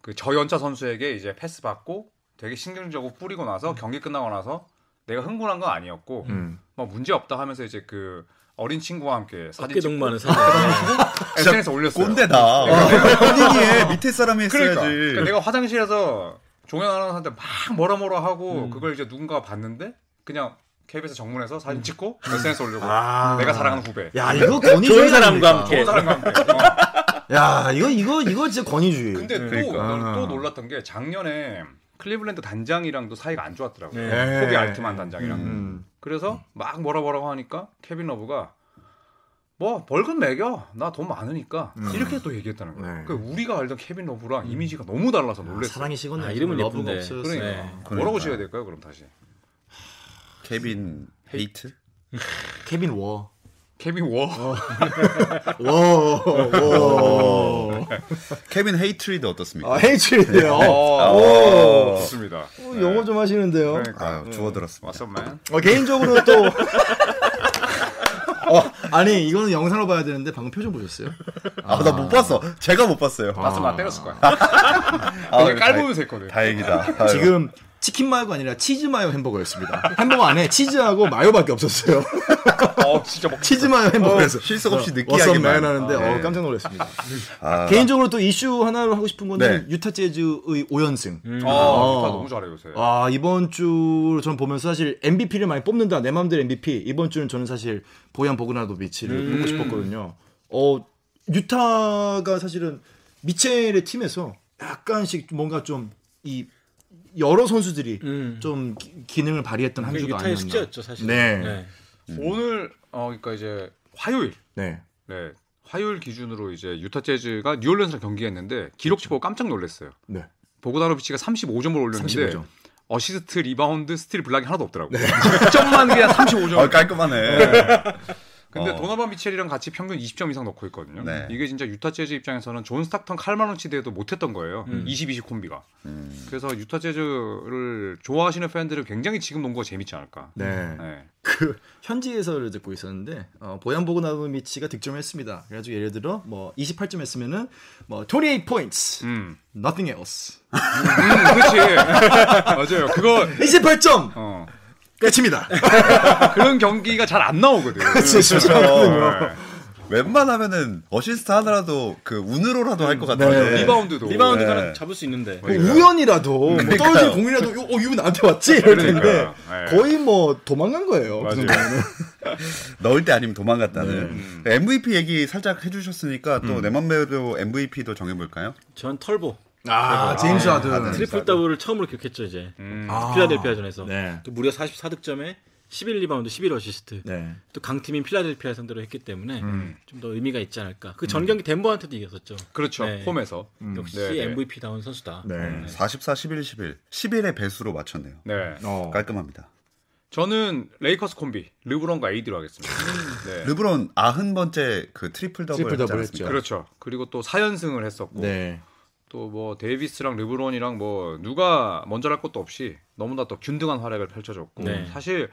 S4: 그 저연차 선수에게 이제 패스 받고 되게 신경적으로 뿌리고 나서 경기 끝나고 나서 내가 흥분한 건 아니었고
S3: 음.
S4: 뭐 문제 없다 하면서 이제 그 어린 친구와 함께 사진
S2: 어깨
S4: 찍고
S2: 동무하는 사람.
S4: SNS에 올렸어요.
S1: 꼰대다. 본인이 해 밑에 사람이 했어야지.
S4: 그러니까. 그러니까 내가 화장실에서 종현 아나운서한테 막 뭐라 뭐라 하고
S3: 음.
S4: 그걸 이제 누군가가 봤는데 그냥 KBS 정문에서 사진 찍고 SNS에 올리고
S3: 음. 아.
S4: 내가 사랑하는 후배
S3: 야 이거 권위
S2: 좋은 사람과 함께.
S4: 좋은 사람과 함께 어.
S3: 야 이거 이거 이거 진짜 권위주의.
S4: 근데 또,
S3: 그러니까.
S4: 또 놀랐던 게 작년에 클리블랜드 단장이랑도 사이가 안 좋았더라고요.
S3: 네.
S4: 코비 알트만 단장이랑.
S3: 음.
S4: 그래서 막 뭐라 뭐라고 하니까 케빈 러브가 뭐 벌금 매겨 나 돈 많으니까 이렇게 또 얘기했다는 거예요.
S3: 음. 네. 음.
S4: 그러니까 우리가 알던 케빈 러브랑 이미지가 너무 달라서 놀랐어. 요
S3: 사랑이 식었네.
S2: 아, 이름은
S3: 러브가
S2: 예쁜데.
S3: 없어졌어.
S4: 그러니까
S2: 네.
S4: 뭐라고
S1: 그러니까.
S4: 지어야 될까요? 그럼 다시
S1: 케빈 헤이트?
S3: 케빈 워.
S4: 케빈 워
S1: 어.
S3: 워. 워.
S1: 케빈 헤이트리드 어떻습니까? 어.
S3: 아 헤이츠리드요.
S1: 네.
S4: 오, 좋습니다.
S3: 어, 영어 좀 하시는데요.
S1: 네.
S4: 그러니까
S1: 아유, 주워들었습니다.
S4: 왔었만.
S3: 어, 개인적으로 또. 어, 아니 이거는 영상으로 봐야 되는데 방금 표정 보셨어요?
S1: 아, 나 못 봤어. 제가 못 봤어요.
S4: 맞으면 나 때렸을 거야.
S1: 아,
S4: 그냥 그러니까 깔보면서 했거든.
S1: 다행, 이다
S3: 지금 치킨 마요가 아니라 치즈 마요 햄버거였습니다. 햄버거 안에 치즈하고 마요밖에 없었어요.
S4: 어 진짜 먹.
S3: 치즈 마요 햄버거에서
S1: 어, 실속 없이
S3: 워썸
S1: 느끼하게만.
S3: 마요 하는데
S1: 아,
S3: 어,
S1: 네.
S3: 깜짝 놀랐습니다.
S1: 아,
S3: 개인적으로 또 이슈 하나로 하고 싶은 건데
S1: 네. 음.
S3: 유타 재즈의 오연승.
S4: 아,
S3: 어.
S4: 아 너무 잘해 요새.
S3: 아 이번 주를 저는 보면서 사실 MVP를 많이 뽑는다 내 마음대로 MVP 이번 주는 저는 사실 보얀 보그나도 미치를
S2: 음.
S3: 뽑고 싶었거든요. 어 유타가 사실은 미첼의 팀에서 약간씩 뭔가 좀 이 여러 선수들이
S2: 음.
S3: 좀 기- 기능을 발휘했던 한 주가
S2: 유타의
S3: 아니었나.
S2: 숙제였죠 사실.
S3: 네.
S4: 오늘 어 그러니까 이제 화요일
S3: 네.
S4: 네. 화요일 기준으로 이제 유타 재즈가 뉴올리언스랑 경기했는데
S1: 그렇죠.
S4: 기록치 보고 깜짝 놀랐어요.
S3: 네.
S4: 보고다노비치가 35점을 올렸는데
S3: 35점.
S4: 어시스트, 리바운드, 스틸 블락이 하나도 없더라고요. 점만 그냥 35점.
S1: 네. 아, 깔끔하네.
S4: 근데
S1: 어.
S4: 도너반 미첼이랑 같이 평균 20점 이상 넣고 있거든요.
S1: 네.
S4: 이게 진짜 유타 재즈 입장에서는 존 스타턴 칼마노치 대회도 못했던 거예요.
S1: 음.
S4: 20, 20 콤비가. 그래서 유타 재즈를 좋아하시는 팬들은 굉장히 지금 농구가 재밌지 않을까.
S3: 네.
S4: 네.
S3: 그 현지에서를 듣고 있었는데 어, 보얀 보그나도미치가 득점했습니다. 그래가지고 예를 들어 뭐 28점 했으면은 뭐28 points,
S4: 음.
S3: nothing else.
S4: 음, 그렇지. 맞아요. 그거
S3: 28점
S4: 어.
S3: 끝입니다.
S4: 네,
S3: 네,
S4: 그런 경기가 잘 안 나오거든.
S3: 그치, 어. 쉽지 않거든요.
S4: 그렇죠. 네.
S1: 웬만하면은 어시스트 하나라도 그 운으로라도 할 것 같은데.
S3: 네.
S4: 리바운드도.
S2: 리바운드
S1: 네.
S2: 하나 잡을 수 있는데.
S3: 뭐 우연이라도 뭐 떨어진 공이라도 요- 어 이거 나한테 왔지 이럴 텐데
S4: 그러니까요. 네.
S3: 거의 뭐 도망간 거예요. 그
S4: 맞아요.
S3: 정도면은.
S1: 넣을 때 아니면
S4: 네. 음.
S1: 도망갔다는. 네, MVP 얘기 살짝 해주셨으니까 또 내 맘대로 MVP도 정해볼까요?
S2: 전 털보
S3: 아 제임스
S4: 네.
S3: 하든.
S2: 트리플 더블을 처음으로 기록했죠 이제
S4: 음.
S3: 아.
S2: 필라델피아전에서.
S3: 네.
S2: 또 무려 44득점에 11 리바운드, 11 어시스트.
S3: 네.
S2: 또 강팀인 필라델피아 상대로 했기 때문에 좀 더 의미가 있지 않을까. 그 전 경기 덴버한테도 이겼었죠.
S4: 그렇죠.
S2: 네.
S4: 홈에서.
S3: 음.
S2: 역시
S4: 네, 네.
S2: MVP다운 선수다.
S3: 네.
S1: 44, 11, 11. 11의 배수로 맞췄네요.
S4: 네.
S3: 어.
S1: 깔끔합니다.
S4: 저는 레이커스 콤비 르브론과 에이디로 하겠습니다.
S3: 음.
S4: 네.
S1: 르브론 아흔 번째 그 트리플 더블
S3: 트리플 더블
S1: 했지 않았습니까?
S3: 했죠.
S4: 그렇죠. 그리고 또 4연승을 했었고
S3: 네.
S4: 또 뭐 데이비스랑 르브론이랑 뭐 누가 먼저 할 것도 없이 너무나 또 균등한 활약을 펼쳐줬고
S2: 네.
S4: 사실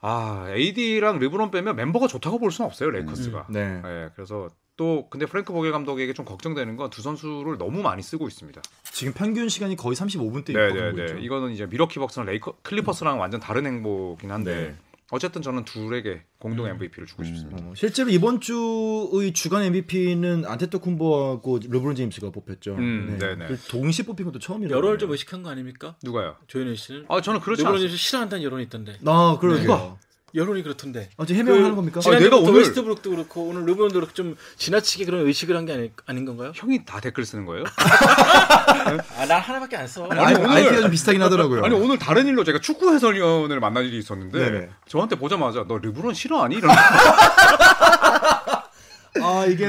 S4: 아 AD랑 르브론 빼면 멤버가 좋다고 볼 수는 없어요 레이커스가.
S2: 음.
S3: 네.
S4: 예, 그래서 또 근데 프랭크 보겔 감독에게 좀 걱정되는 건 두 선수를 너무 많이 쓰고 있습니다.
S3: 지금 평균 시간이 거의 35분대
S4: 네,
S3: 입거든요.
S4: 네, 네. 이거는 이제 미러키 벅스랑 레이커 클리퍼스랑
S2: 음.
S4: 완전 다른 행보긴 한데
S3: 네.
S4: 어쨌든 저는 둘에게 공동
S2: 음.
S4: MVP를 주고 싶습니다.
S3: 어, 실제로 이번 주의 주간 MVP는 안테토쿤보하고 르브론 제임스가 뽑혔죠.
S4: 음, 네네.
S3: 그 동시에 뽑힌 것도 처음이라고.
S2: 여론을 좀 의식한 거 아닙니까?
S4: 누가요?
S2: 조현일 씨는
S4: 아 저는 그렇지
S2: 르브론
S4: 않습니다.
S2: 님스 싫어한다는 여론이 있던데.
S3: 아, 그러게요.
S2: 여론이 그렇던데.
S3: 아, 지금 해명을 하는 겁니까?
S4: 지난-
S2: 지난주부터
S4: 아, 내가 오늘-
S2: 웨스트브룩도 그렇고 오늘 르브론도 그렇고 좀 지나치게 그런 의식을 한 게 아니, 아닌 건가요?
S4: 형이 다 댓글 쓰는 거예요?
S2: 아, 난 하나밖에 안 써.
S3: 아니,
S4: 오늘-
S3: 아이디가 좀 비슷하긴 하더라고요.
S4: 아니 오늘 다른 일로 제가 축구 해설위원을 만날 일이 있었는데
S3: 네네.
S4: 저한테 보자마자 너 르브론 싫어하니? 이런
S3: 아, 이게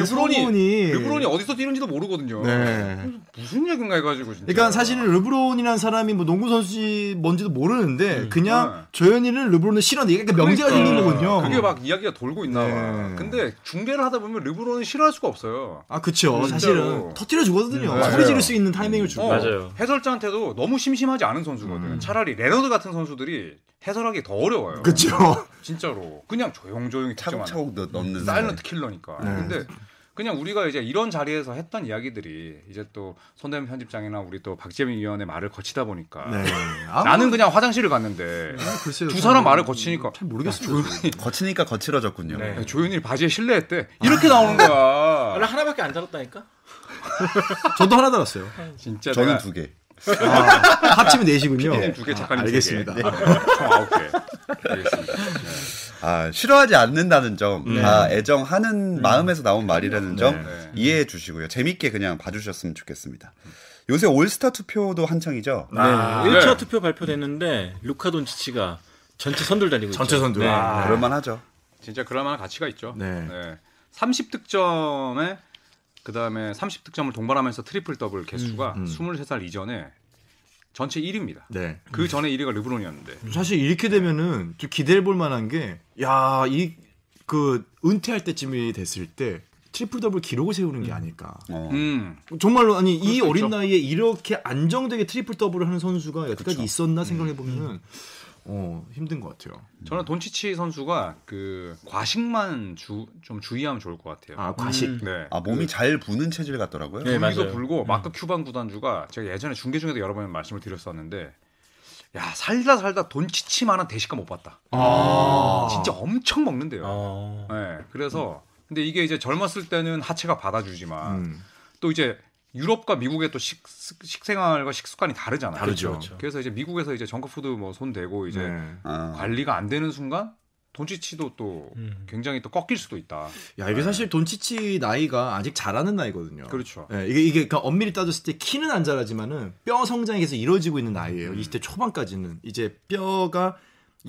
S4: 르브론이
S3: 소문이-
S4: 르브론이 어디서 뛰는지도 모르거든요.
S3: 네.
S4: 무슨 얘긴가 해가지고 진짜.
S3: 그러니까 사실은 르브론이라는 사람이 뭐 농구 선수인지 뭔지도 모르는데 그냥
S4: 네.
S3: 조현이는 르브론을 싫어하는데 이게 약간 명제가
S4: 그러니까.
S3: 생긴 거군요.
S4: 그게 막 이야기가 돌고 있나 봐.
S3: 네.
S4: 근데 중계를 하다 보면 르브론은 싫어할 수가 없어요.
S3: 아, 그쵸.
S4: 진짜로.
S3: 사실은 터트려 주거든요.
S4: 네.
S3: 소리 지를 수 있는 타이밍을 주고.
S4: 어,
S2: 맞아요.
S4: 해설자한테도 너무 심심하지 않은 선수거든. 차라리 레너드 같은 선수들이 해설하기 더 어려워요.
S3: 음. 그쵸.
S4: 진짜로 그냥 조용조용히 득점하는.
S1: 차곡차곡 넣- 넣는
S4: 그렇죠. 사일런트 킬러니까.
S3: 네.
S4: 근데 그냥 우리가 이제 이런 자리에서 했던 이야기들이 이제 또 손대문 편집장이나 우리 또 박재민 위원의 말을 거치다 보니까
S3: 네. 아,
S4: 나는 그냥 화장실을 갔는데
S3: 글쎄요.
S4: 두
S3: 저는
S4: 사람 말을 거치니까 아,
S3: 잘 모르겠어요.
S1: 네. 거치니까 거칠어졌군요.
S4: 네, 조윤일 바지에 실내했대 이렇게 나오는 거야.
S2: 난 하나밖에 안 달았다니까.
S3: 저도 하나 달았어요.
S4: 진짜
S1: 저는
S4: 내가
S1: 두 개.
S3: 아, 합치면 넷이군요.
S4: 두개 작가님
S3: 아, 알겠습니다.
S4: 세 개. 네, 총 아홉 개. 알겠습니다.
S1: 아, 싫어하지 않는다는 점,
S2: 네.
S1: 다 애정하는 마음에서 나온 말이라는 점
S4: 네.
S1: 이해해 주시고요. 재밌게 그냥 봐주셨으면 좋겠습니다. 요새 올스타 투표도 한창이죠.
S3: 아,
S2: 네. 1차
S4: 네.
S2: 투표 발표됐는데 루카 돈치치가 전체 선두를 달리고
S3: 전체
S2: 있죠.
S3: 선두.
S2: 네.
S4: 아.
S1: 그럴만하죠.
S4: 진짜 그럴만한 가치가 있죠.
S3: 네.
S4: 30득점에 그 다음에 30득점을 동반하면서 트리플 더블 개수가
S3: 음.
S4: 23살 이전에 전체 1위입니다.
S3: 네.
S4: 그 전에 1위가 르브론이었는데.
S3: 사실 이렇게 되면은 좀 기대해 볼 만한 게 야 이 그 은퇴할 때쯤이 됐을 때 트리플 더블 기록을 세우는 게 아닐까.
S1: 어.
S4: 음.
S3: 정말로 아니 이
S4: 그럴 수
S3: 어린
S4: 있죠.
S3: 나이에 이렇게 안정되게 트리플 더블을 하는 선수가 여태까지 있었나 생각해 보면은 어 힘든 것 같아요.
S4: 저는 돈치치 선수가 그 과식만 주, 좀 주의하면 좋을 것 같아요.
S3: 아 과식.
S2: 음.
S4: 네.
S1: 아, 몸이 잘 부는 체질 같더라고요.
S2: 네.
S4: 그럼에도
S2: 맞아요.
S4: 불구하고 마크 큐반 구단주가 제가 예전에 중계 중에도 여러 번 말씀을 드렸었는데 야 살다 살다 돈치치만한 대식가 못 봤다.
S3: 아
S4: 진짜 엄청 먹는데요.
S2: 어.
S4: 네, 그래서 근데 이게 이제 젊었을 때는 하체가 받아주지만
S3: 음.
S4: 또 이제 유럽과 미국의 또 식, 식- 식생활과 식습관이 다르잖아요.
S3: 다르죠.
S4: 그렇죠. 그래서 이제 미국에서 이제 정크푸드 뭐 손 대고 이제
S3: 네.
S1: 아.
S4: 어. 관리가 안 되는 순간 돈치치도 또
S2: 음.
S4: 굉장히 또 꺾일 수도 있다.
S3: 야 이게 사실 돈치치 나이가 아직 자라는 나이거든요.
S4: 그렇죠.
S3: 예, 이게 이게 그러니까 엄밀히 따졌을 때 키는 안 자라지만은 뼈 성장이 계속 이루어지고 있는 나이예요. 20대 초반까지는 이제 뼈가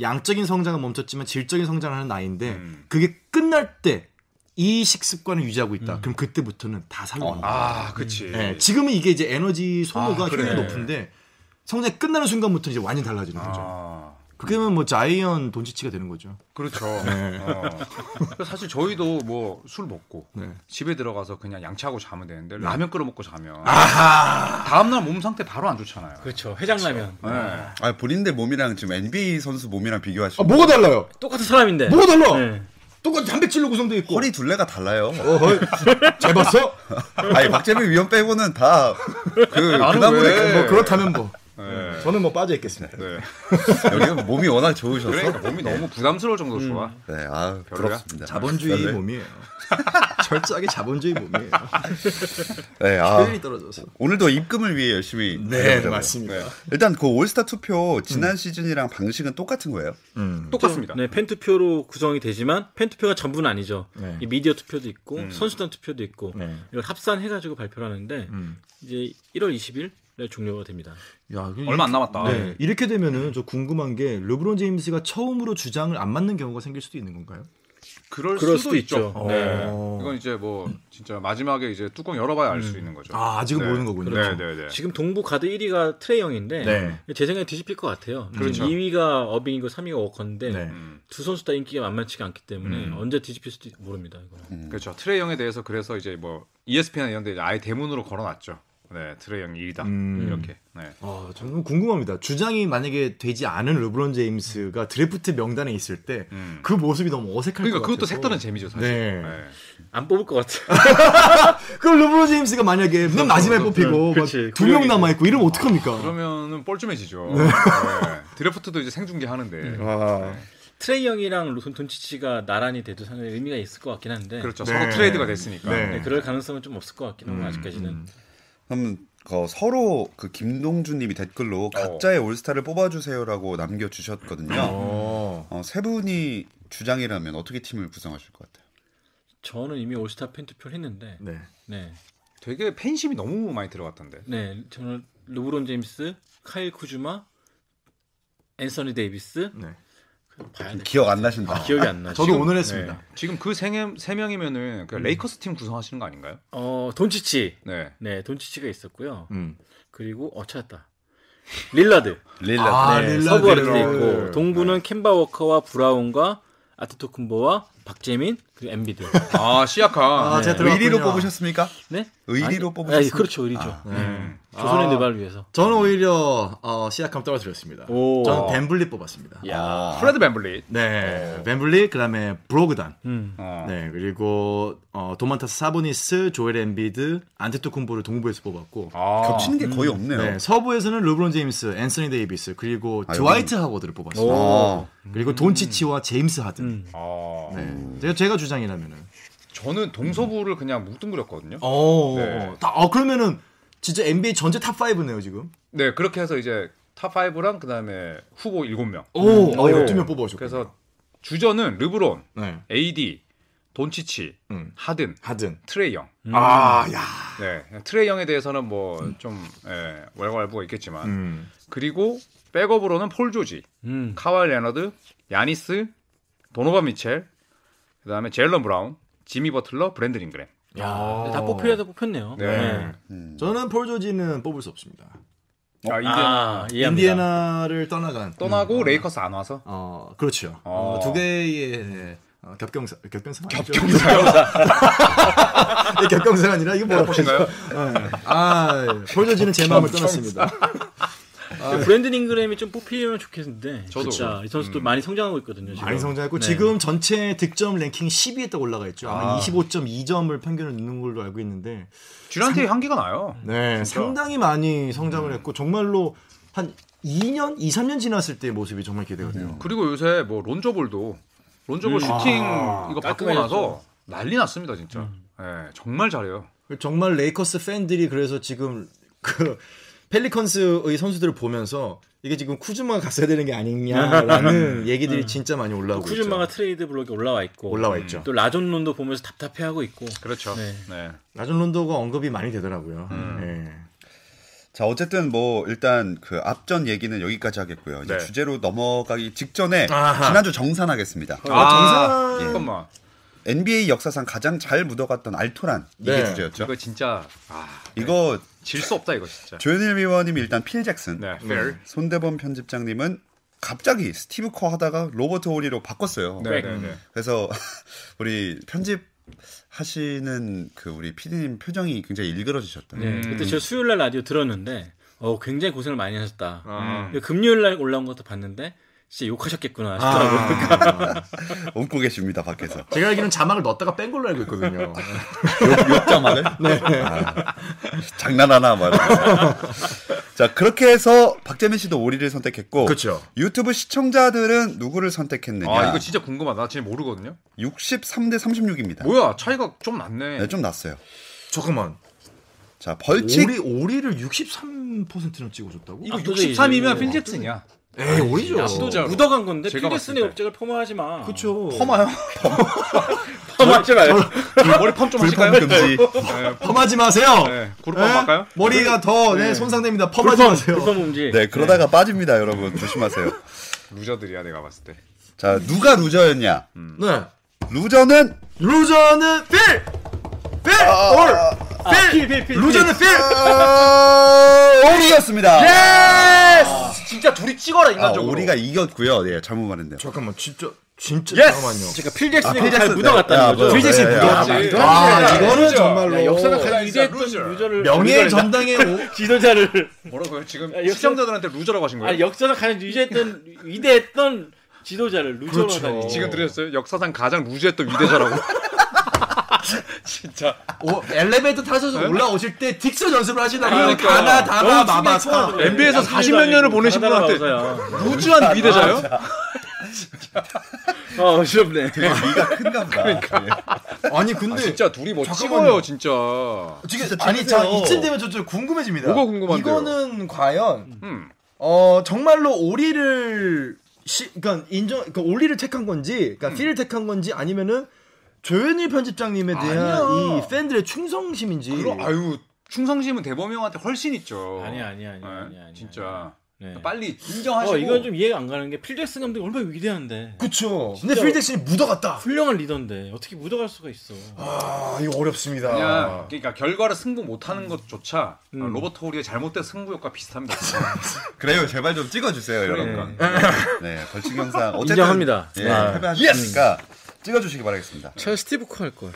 S3: 양적인 성장은 멈췄지만 질적인 성장을 하는 나이인데
S4: 음.
S3: 그게 끝날 때 이 식습관을 유지하고 있다. 그럼 그때부터는 다 살고
S1: 어,
S3: 간다.
S4: 아, 그치.
S3: 예, 지금은 이게 이제 에너지 소모가
S4: 아, 그래.
S3: 효율이 높은데 성장이 끝나는 순간부터 이제 완전 히 달라지는 거죠.
S4: 아,
S3: 그렇게 되면 뭐 자이언 돈치치가 되는 거죠.
S4: 그렇죠. 어. 사실 저희도 뭐 술 먹고
S3: 네.
S4: 집에 들어가서 그냥 양치하고 자면 되는데 라면 끓여 먹고 자면 다음날 몸 상태 바로 안 좋잖아요.
S2: 그렇죠. 해장라면.
S4: 네.
S1: 아, 본인들 몸이랑 지금 NBA 선수 몸이랑 비교하시면
S3: 아, 뭐가 달라요?
S2: 똑같은 사람인데.
S3: 뭐가 달라?
S2: 네.
S3: 똑같이 단백질로 구성되어 있고.
S1: 허리 둘레가 달라요.
S3: 어. 잘 봤어?
S1: 아니, 박재민 위원 빼고는 다 그,
S4: 나는
S1: 그다음에
S4: 왜?
S3: 뭐 그렇다면 뭐
S4: 네.
S3: 저는 뭐 빠져 있겠습니다.
S4: 네.
S1: 여기가 몸이 워낙 좋으셔서.
S4: 그러니까 몸이 너무 부담스러울 정도로 좋아.
S1: 네, 아, 부럽습니다.
S3: 자본주의
S1: 네, 네.
S3: 몸이에요. 철저하게 자본주의 몸이에요.
S1: 네, 아.
S3: 효율이 떨어져서.
S1: 오늘도 입금을 위해 열심히
S3: 그 네,
S1: 해보자고요.
S3: 맞습니다.
S1: 일단 그 올스타 투표 지난 시즌이랑 방식은 똑같은 거예요.
S3: 음.
S4: 똑같습니다.
S2: 네, 팬 투표로 구성이 되지만 팬 투표가 전부는 아니죠.
S3: 네.
S2: 이 미디어 투표도 있고 선수단 투표도 있고
S3: 네.
S2: 이걸 합산해 가지고 발표를 하는데 이제 1월 20일에 종료가 됩니다.
S3: 음. 야,
S4: 얼마 안 남았다.
S3: 네. 이렇게 되면은 저 궁금한 게 르브론 제임스가 처음으로 주장을 안 맞는 경우가 생길 수도 있는 건가요?
S4: 그럴,
S2: 그럴
S4: 수도,
S2: 수도
S4: 있죠.
S2: 있죠.
S4: 네.
S3: 어.
S4: 이건 이제 뭐 진짜 마지막에 이제 뚜껑 열어봐야 알 수 있는 거죠.
S3: 아, 아직은
S4: 네.
S3: 모르는 거군요.
S4: 네, 네, 네.
S2: 지금 동부 가드 1위가 트레이형인데
S3: 네.
S2: 제 생각에 뒤집힐 것 같아요.
S4: 그렇죠.
S2: 2위가 어빙이고 3위가 워커인데
S3: 네.
S4: 음.
S2: 두 선수 다 인기가 만만치가 않기 때문에
S3: 음.
S2: 언제 뒤집힐 수도 모릅니다. 이거.
S4: 그렇죠. 트레이 형에 대해서 그래서 이제 뭐 ESPN 이런 데 이제 아예 대문으로 걸어놨죠. 네, 트레이 형이 1위다.
S3: 음.
S4: 이렇게. 네.
S3: 아, 저는 궁금합니다. 주장이 만약에 되지 않은 르브론 제임스가 드래프트 명단에 있을 때 그
S4: 음.
S3: 모습이 너무 어색할
S4: 그러니까
S3: 것
S4: 그것도
S3: 같아서.
S4: 색다른 재미죠, 사실.
S3: 네.
S2: 안 뽑을 것 같아.
S3: 그럼 르브론 제임스가 만약에 맨 마지막에 뽑히고
S2: 그치.
S3: 두 명
S2: 구형이
S3: 남아 있고 이러면 어떡합니까?
S4: 그러면은 뻘쭘해지죠. 네. 드래프트도 이제 생중계 하는데.
S3: 음.
S4: 아,
S2: 트레이형이랑 루손 돈치치가 나란히 돼도 상당히 의미가 있을 것 같긴 한데
S4: 그렇죠. 음,
S3: 네.
S4: 서로 트레이드가 됐으니까.
S3: 네.
S2: 네, 그럴 가능성은 좀 없을 것 같긴 하고 아직까지는.
S1: 그럼 그 서로 그 김동준님이 댓글로 각자의 올스타를 뽑아주세요라고 남겨주셨거든요.
S3: 어.
S1: 어, 세 분이 주장이라면 어떻게 팀을 구성하실 것 같아요?
S2: 저는 이미 올스타 팬 투표를 했는데
S3: 네.
S2: 네.
S4: 되게 팬심이 너무 많이 들어갔던데.
S2: 네, 저는 르브론 제임스, 카일 쿠즈마, 앤서니 데이비스
S3: 네.
S2: 봐야 돼.
S1: 기억 안 나신다.
S2: 아, 기억이 안 나.
S3: 저도
S2: 지금,
S3: 오늘 했습니다.
S2: 네.
S4: 지금 그세 명이면은
S3: 음.
S4: 그냥 레이커스 팀 구성하시는 거 아닌가요?
S2: 어, 돈치치.
S4: 네.
S2: 네, 돈치치가 있었고요.
S3: 음.
S2: 그리고 어 찾았다. 릴라드.
S1: 릴라.
S3: 아, 릴라드를-
S2: 네,
S3: 네.
S2: 서브아르트 있고 동부는 캔바 워커와 브라운과 아트토쿤보와 박재민 그리고 엠비드.
S4: 아, 시아카.
S3: 아, 제가 들어갔군요.
S1: 의리로 뽑으셨습니까?
S2: 네?
S1: 의리로
S2: 아니,
S1: 뽑으셨어요?
S2: 아, 그렇죠, 의리죠.
S4: 음.
S2: 조선의
S3: 아.
S2: 느발 위해서.
S3: 저는 오히려 어, 시작함 떨어뜨렸습니다.
S2: 오.
S3: 저는 벤블리 뽑았습니다.
S2: 야.
S4: 프레드 벤블리.
S3: 네, 벤블리 그다음에 브로그단.
S2: 음.
S4: 어.
S3: 네 그리고 어, 도만타스 사보니스, 조엘 엠비드, 안테토쿤보를 동부에서 뽑았고
S4: 아.
S1: 겹치는 게 거의 없네요.
S3: 네, 서부에서는 르브론 제임스, 앤서니 데이비스 그리고
S1: 아,
S3: 드와이트 하워드를 뽑았습니다. 네.
S1: 아,
S4: 음.
S3: 그리고 돈치치와 제임스 하든.
S2: 음.
S4: 아.
S3: 네, 제가 제가 주장이라면은.
S4: 저는 동서부를 그냥 뭉뚱그렸거든요.
S3: 어,
S4: 네.
S3: 다- 어, 그러면은 진짜 NBA 전체 탑 5네요 지금.
S4: 네, 그렇게 해서 이제 탑 5랑 그다음에 후보 7명.
S3: 오, 어,
S4: 네.
S3: 열두 명 뽑아오셨고.
S4: 그래서 주전은 르브론,
S3: 네.
S4: AD, 돈치치,
S3: 음.
S4: 하든,
S3: 하든.
S4: 트레이 영.
S2: 음.
S3: 아, 야.
S4: 네, 트레이 영에 대해서는 뭐 좀 예, 왈가왈부가 있겠지만
S3: 음.
S4: 그리고 백업으로는 폴 조지,
S2: 음.
S4: 카와이 레너드, 야니스, 도노반 미첼, 그다음에 제일런 브라운, 지미 버틀러, 브랜드 링그램.
S3: 야.
S2: 다 뽑히려다 뽑혔네요.
S4: 네.
S1: 음.
S3: 음. 저는 폴 조지는 뽑을 수 없습니다.
S4: 아, 이제
S2: 아, 이해합니다.
S3: 인디애나를 떠나간
S4: 떠나고
S3: 어? 음,
S4: 레이커스 안 와서
S3: 어, 그렇죠.
S4: 어.
S3: 어, 두 개의 어, 겹경사 겹경사 겹경사
S4: 경사
S3: 겹경사가 아니라 이게 뭐라고
S4: 보신가요?
S3: 예. 아, 폴 조지는 제 마음을 떠났습니다.
S2: 브랜든 잉그램이 좀 뽑히면 좋겠는데.
S4: 저도.
S2: 진짜 이 선수도 많이 성장하고 있거든요. 지금.
S3: 음. 많이 성장했고
S2: 네.
S3: 지금 전체 득점 랭킹 10위에 딱 올라가 있죠. 아마
S4: 아.
S3: 25.2점을 평균을 넣는 걸로 알고 있는데
S4: 듀란트의 향기가 나요.
S3: 네,
S4: 진짜. 음.
S3: 상당히 많이 성장을 했고 정말로 한 2년, 2, 3년 지났을 때의 모습이 정말 기대가 돼요.
S4: 그리고 요새 뭐 론저볼도 론저볼 슈팅
S3: 아, 음.
S4: 이거 바꾸고
S2: 깔끔해졌죠.
S4: 나서 난리 났습니다 진짜. 예, 정말 잘해요.
S3: 정말 레이커스 팬들이 그래서 지금 그 펠리컨스의 선수들을 보면서 이게 지금 쿠즈마가 갔어야 되는 게 아니냐라는 얘기들이 진짜 많이 올라오고 있죠.
S2: 음. 쿠즈마가 트레이드 블록에 올라와 있고.
S3: 올라와 있죠.
S2: 또 음. 라존론도 보면서 답답해하고 있고.
S4: 그렇죠.
S2: 네.
S4: 네.
S3: 라존 론도가 언급이 많이 되더라고요.
S2: 음.
S3: 예.
S1: 자 어쨌든 뭐 일단 그 앞전 얘기는 여기까지 하겠고요. 이제
S4: 네.
S1: 주제로 넘어가기 직전에
S3: 아하.
S1: 지난주 정산하겠습니다.
S4: 아,
S3: 정상-
S4: 잠깐만.
S1: NBA 역사상 가장 잘 묻어갔던 알토란 이게
S3: 네.
S1: 주제였죠.
S4: 이거 진짜 아,
S1: 이거
S4: 질 수 없다 이거 진짜.
S1: 조현일 위원님이 일단 필 잭슨,
S4: 네, fair.
S1: 손대범 편집장님은 갑자기 스티브 커 하다가 로버트 오리로 바꿨어요.
S4: 네, 네, 네.
S1: 그래서 우리 편집 하시는 그 우리 피디님 표정이 굉장히 일그러지셨던.
S2: 네. 그때 제가 수요일 날 라디오 들었는데 어, 굉장히 고생을 많이 하셨다.
S4: 아.
S2: 근데 금요일 날 올라온 것도 봤는데 진짜 욕하셨겠구나
S3: 아,
S2: 싶더라고요.
S1: 웃고 계십니다 밖에서.
S3: 제가 알기로는 자막을 넣었다가 뺀 걸로 알고 있거든요.
S2: 어.
S1: 욕자말을? 아, 장난하나 말자 그렇게 해서 박재민 씨도 오리를 선택했고
S3: 그렇죠.
S1: 유튜브 시청자들은 누구를 선택했느냐?
S4: 아 이거 진짜 궁금하다. 나 진짜 모르거든요.
S1: 63대 36입니다.
S4: 뭐야 차이가 좀 났네.
S1: 네, 좀 났어요.
S3: 잠깐만.
S1: 자 벌칙
S3: 오리 오리를 63%나 찍어줬다고?
S4: 이거
S2: 아, 압도적이지.
S4: 63이면 필잭슨이야.
S3: 에이 오리죠.
S4: 압도적.
S2: 묻어간 건데
S4: 제가
S2: 필리슨의
S4: 봤을 때.
S2: 업적을 폄하하지 마.
S3: 그렇죠.
S4: 펌아요?
S2: 폄하하지 마요.
S4: 머리 펌 좀
S1: 불판
S4: 하실까요?
S1: 금지.
S4: 네,
S3: 펌하지 마세요.
S4: 네, 그룹 펌 할까요?
S3: 머리가 더 네, 손상됩니다. 펌하지 마세요.
S2: 불법 문제.
S1: 네 그러다가 빠집니다 여러분 조심하세요.
S4: 루저들이야 내가 봤을 때.
S1: 자 누가 루저였냐?
S3: 네.
S1: 루저는
S3: 루저는 필! 필!
S2: 아,
S3: 올! 필! 루저는 필!
S1: 어,
S2: 예!
S1: 오리였습니다.
S4: 진짜 둘이 찍어라
S1: 아, 오리가 아, 이겼고요. 예 잘못 말했네요.
S3: 잠깐만 진짜 진짜
S2: 제가 필잭슨이
S1: 아, 필잭슨,
S2: 잘
S1: 네.
S2: 묻어갔다는
S1: 야,
S2: 거죠.
S1: 맞아요. 필잭슨
S2: 네.
S1: 묻어갔지.
S2: 아, 맞아요.
S3: 아,
S4: 아,
S3: 이거는
S4: 루저.
S3: 정말로
S2: 역사가 가장
S4: 진짜
S2: 위대했던
S4: 루저.
S2: 루저를
S3: 명예
S2: 루저를
S3: 전당의 오...
S2: 지도자를
S4: 뭐라고요? 지금
S2: 야, 역사-
S4: 시청자들한테 루저라고 하신 거예요?
S2: 아니 역사가 가장 위대했던 위대했던 지도자를 루저로
S3: 그렇죠.
S2: 하다니.
S4: 지금 들으셨어요? 역사상 가장 루저했던 위대자라고. 진짜.
S3: 오 엘리베이터 타셔서 올라오실 때 딕션 연습을 하시다가
S4: 네? 그러니까.
S3: 가나 다나
S2: 너무
S3: 마마사
S4: NBA에서 40몇 년을 보내신 분한테. 루즈한 위대자요?
S2: 아 어지럽네.
S1: 위가 큰가 보다. 예.
S3: 아니 근데
S4: 아, 진짜 둘이 뭐
S3: 잠깐만요.
S4: 찍어요 진짜.
S3: 지금
S1: 진짜
S3: 아니
S1: 재밌어요.
S3: 자 이쯤 되면 저 좀 궁금해집니다.
S4: 뭐가 궁금한데요?
S3: 이거는 과연
S4: 음.
S3: 어 정말로 오리를 시, 그러니까 인정 그러니까 오리를 택한 건지
S4: 음.
S3: 그러니까 필을 택한 건지 아니면은 조현일 편집장님에 대한
S4: 아니야.
S3: 이 팬들의 충성심인지
S4: 그럼 아유 충성심은 대범이 형한테 훨씬 있죠.
S2: 아니 아니 아니 아니
S4: 네,
S2: 아니.
S4: 어. 진짜
S2: 네.
S4: 빨리
S2: 어
S4: 인정하시고.
S2: 이건 좀 이해가 안 가는 게 필잭슨 감독이 얼마나 위대한데.
S3: 그쵸 근데 필덱슨이 묻어갔다
S2: 훌륭한 리더인데 어떻게 묻어갈 수가 있어.
S3: 아 이거 어렵습니다
S4: 그냥 그러니까 결과를 승부 못하는 것조차
S2: 아. 음.
S4: 어, 로버트 호리의 잘못된 승부욕과 비슷합니다.
S1: 그래요 제발 좀 찍어주세요 여러분.
S4: 그러니까.
S1: 네, 벌칙 영상 어쨌든
S2: 인정합니다.
S1: 예,
S2: 네.
S1: 패배하셨으니까 찍어주시기 바라겠습니다.
S2: 제가 스티브 커 할 걸.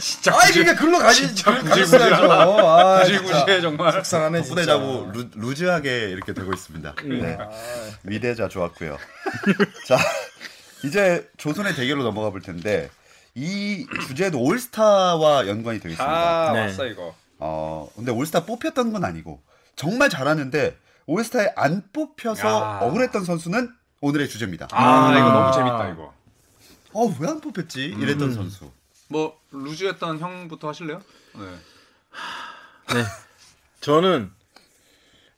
S4: 진짜
S3: 아이
S4: 굳이
S3: 그러니까 글로 가시
S4: 구질구질하다.
S3: 가셨어야죠 아
S4: 굳이 굳이 정말.
S3: 속상하네 진짜
S1: 후대자고 루- 루즈하게 이렇게 되고 있습니다. 네. 위대자 좋았고요. 자, 이제 조선의 대결로 넘어가 볼 텐데 이 주제도 올스타와 연관이 되어 있습니다.
S4: 아
S2: 네.
S4: 왔어 이거.
S1: 어, 근데 올스타 뽑혔던 건 아니고 정말 잘하는데 올스타에 안 뽑혀서
S4: 야.
S1: 억울했던 선수는 오늘의 주제입니다.
S4: 아, 이거 너무 재밌다 이거.
S1: 어, 왜 안 뽑혔지? 이랬던 선수.
S4: 뭐 루즈했던 형부터 하실래요? 네.
S2: 저는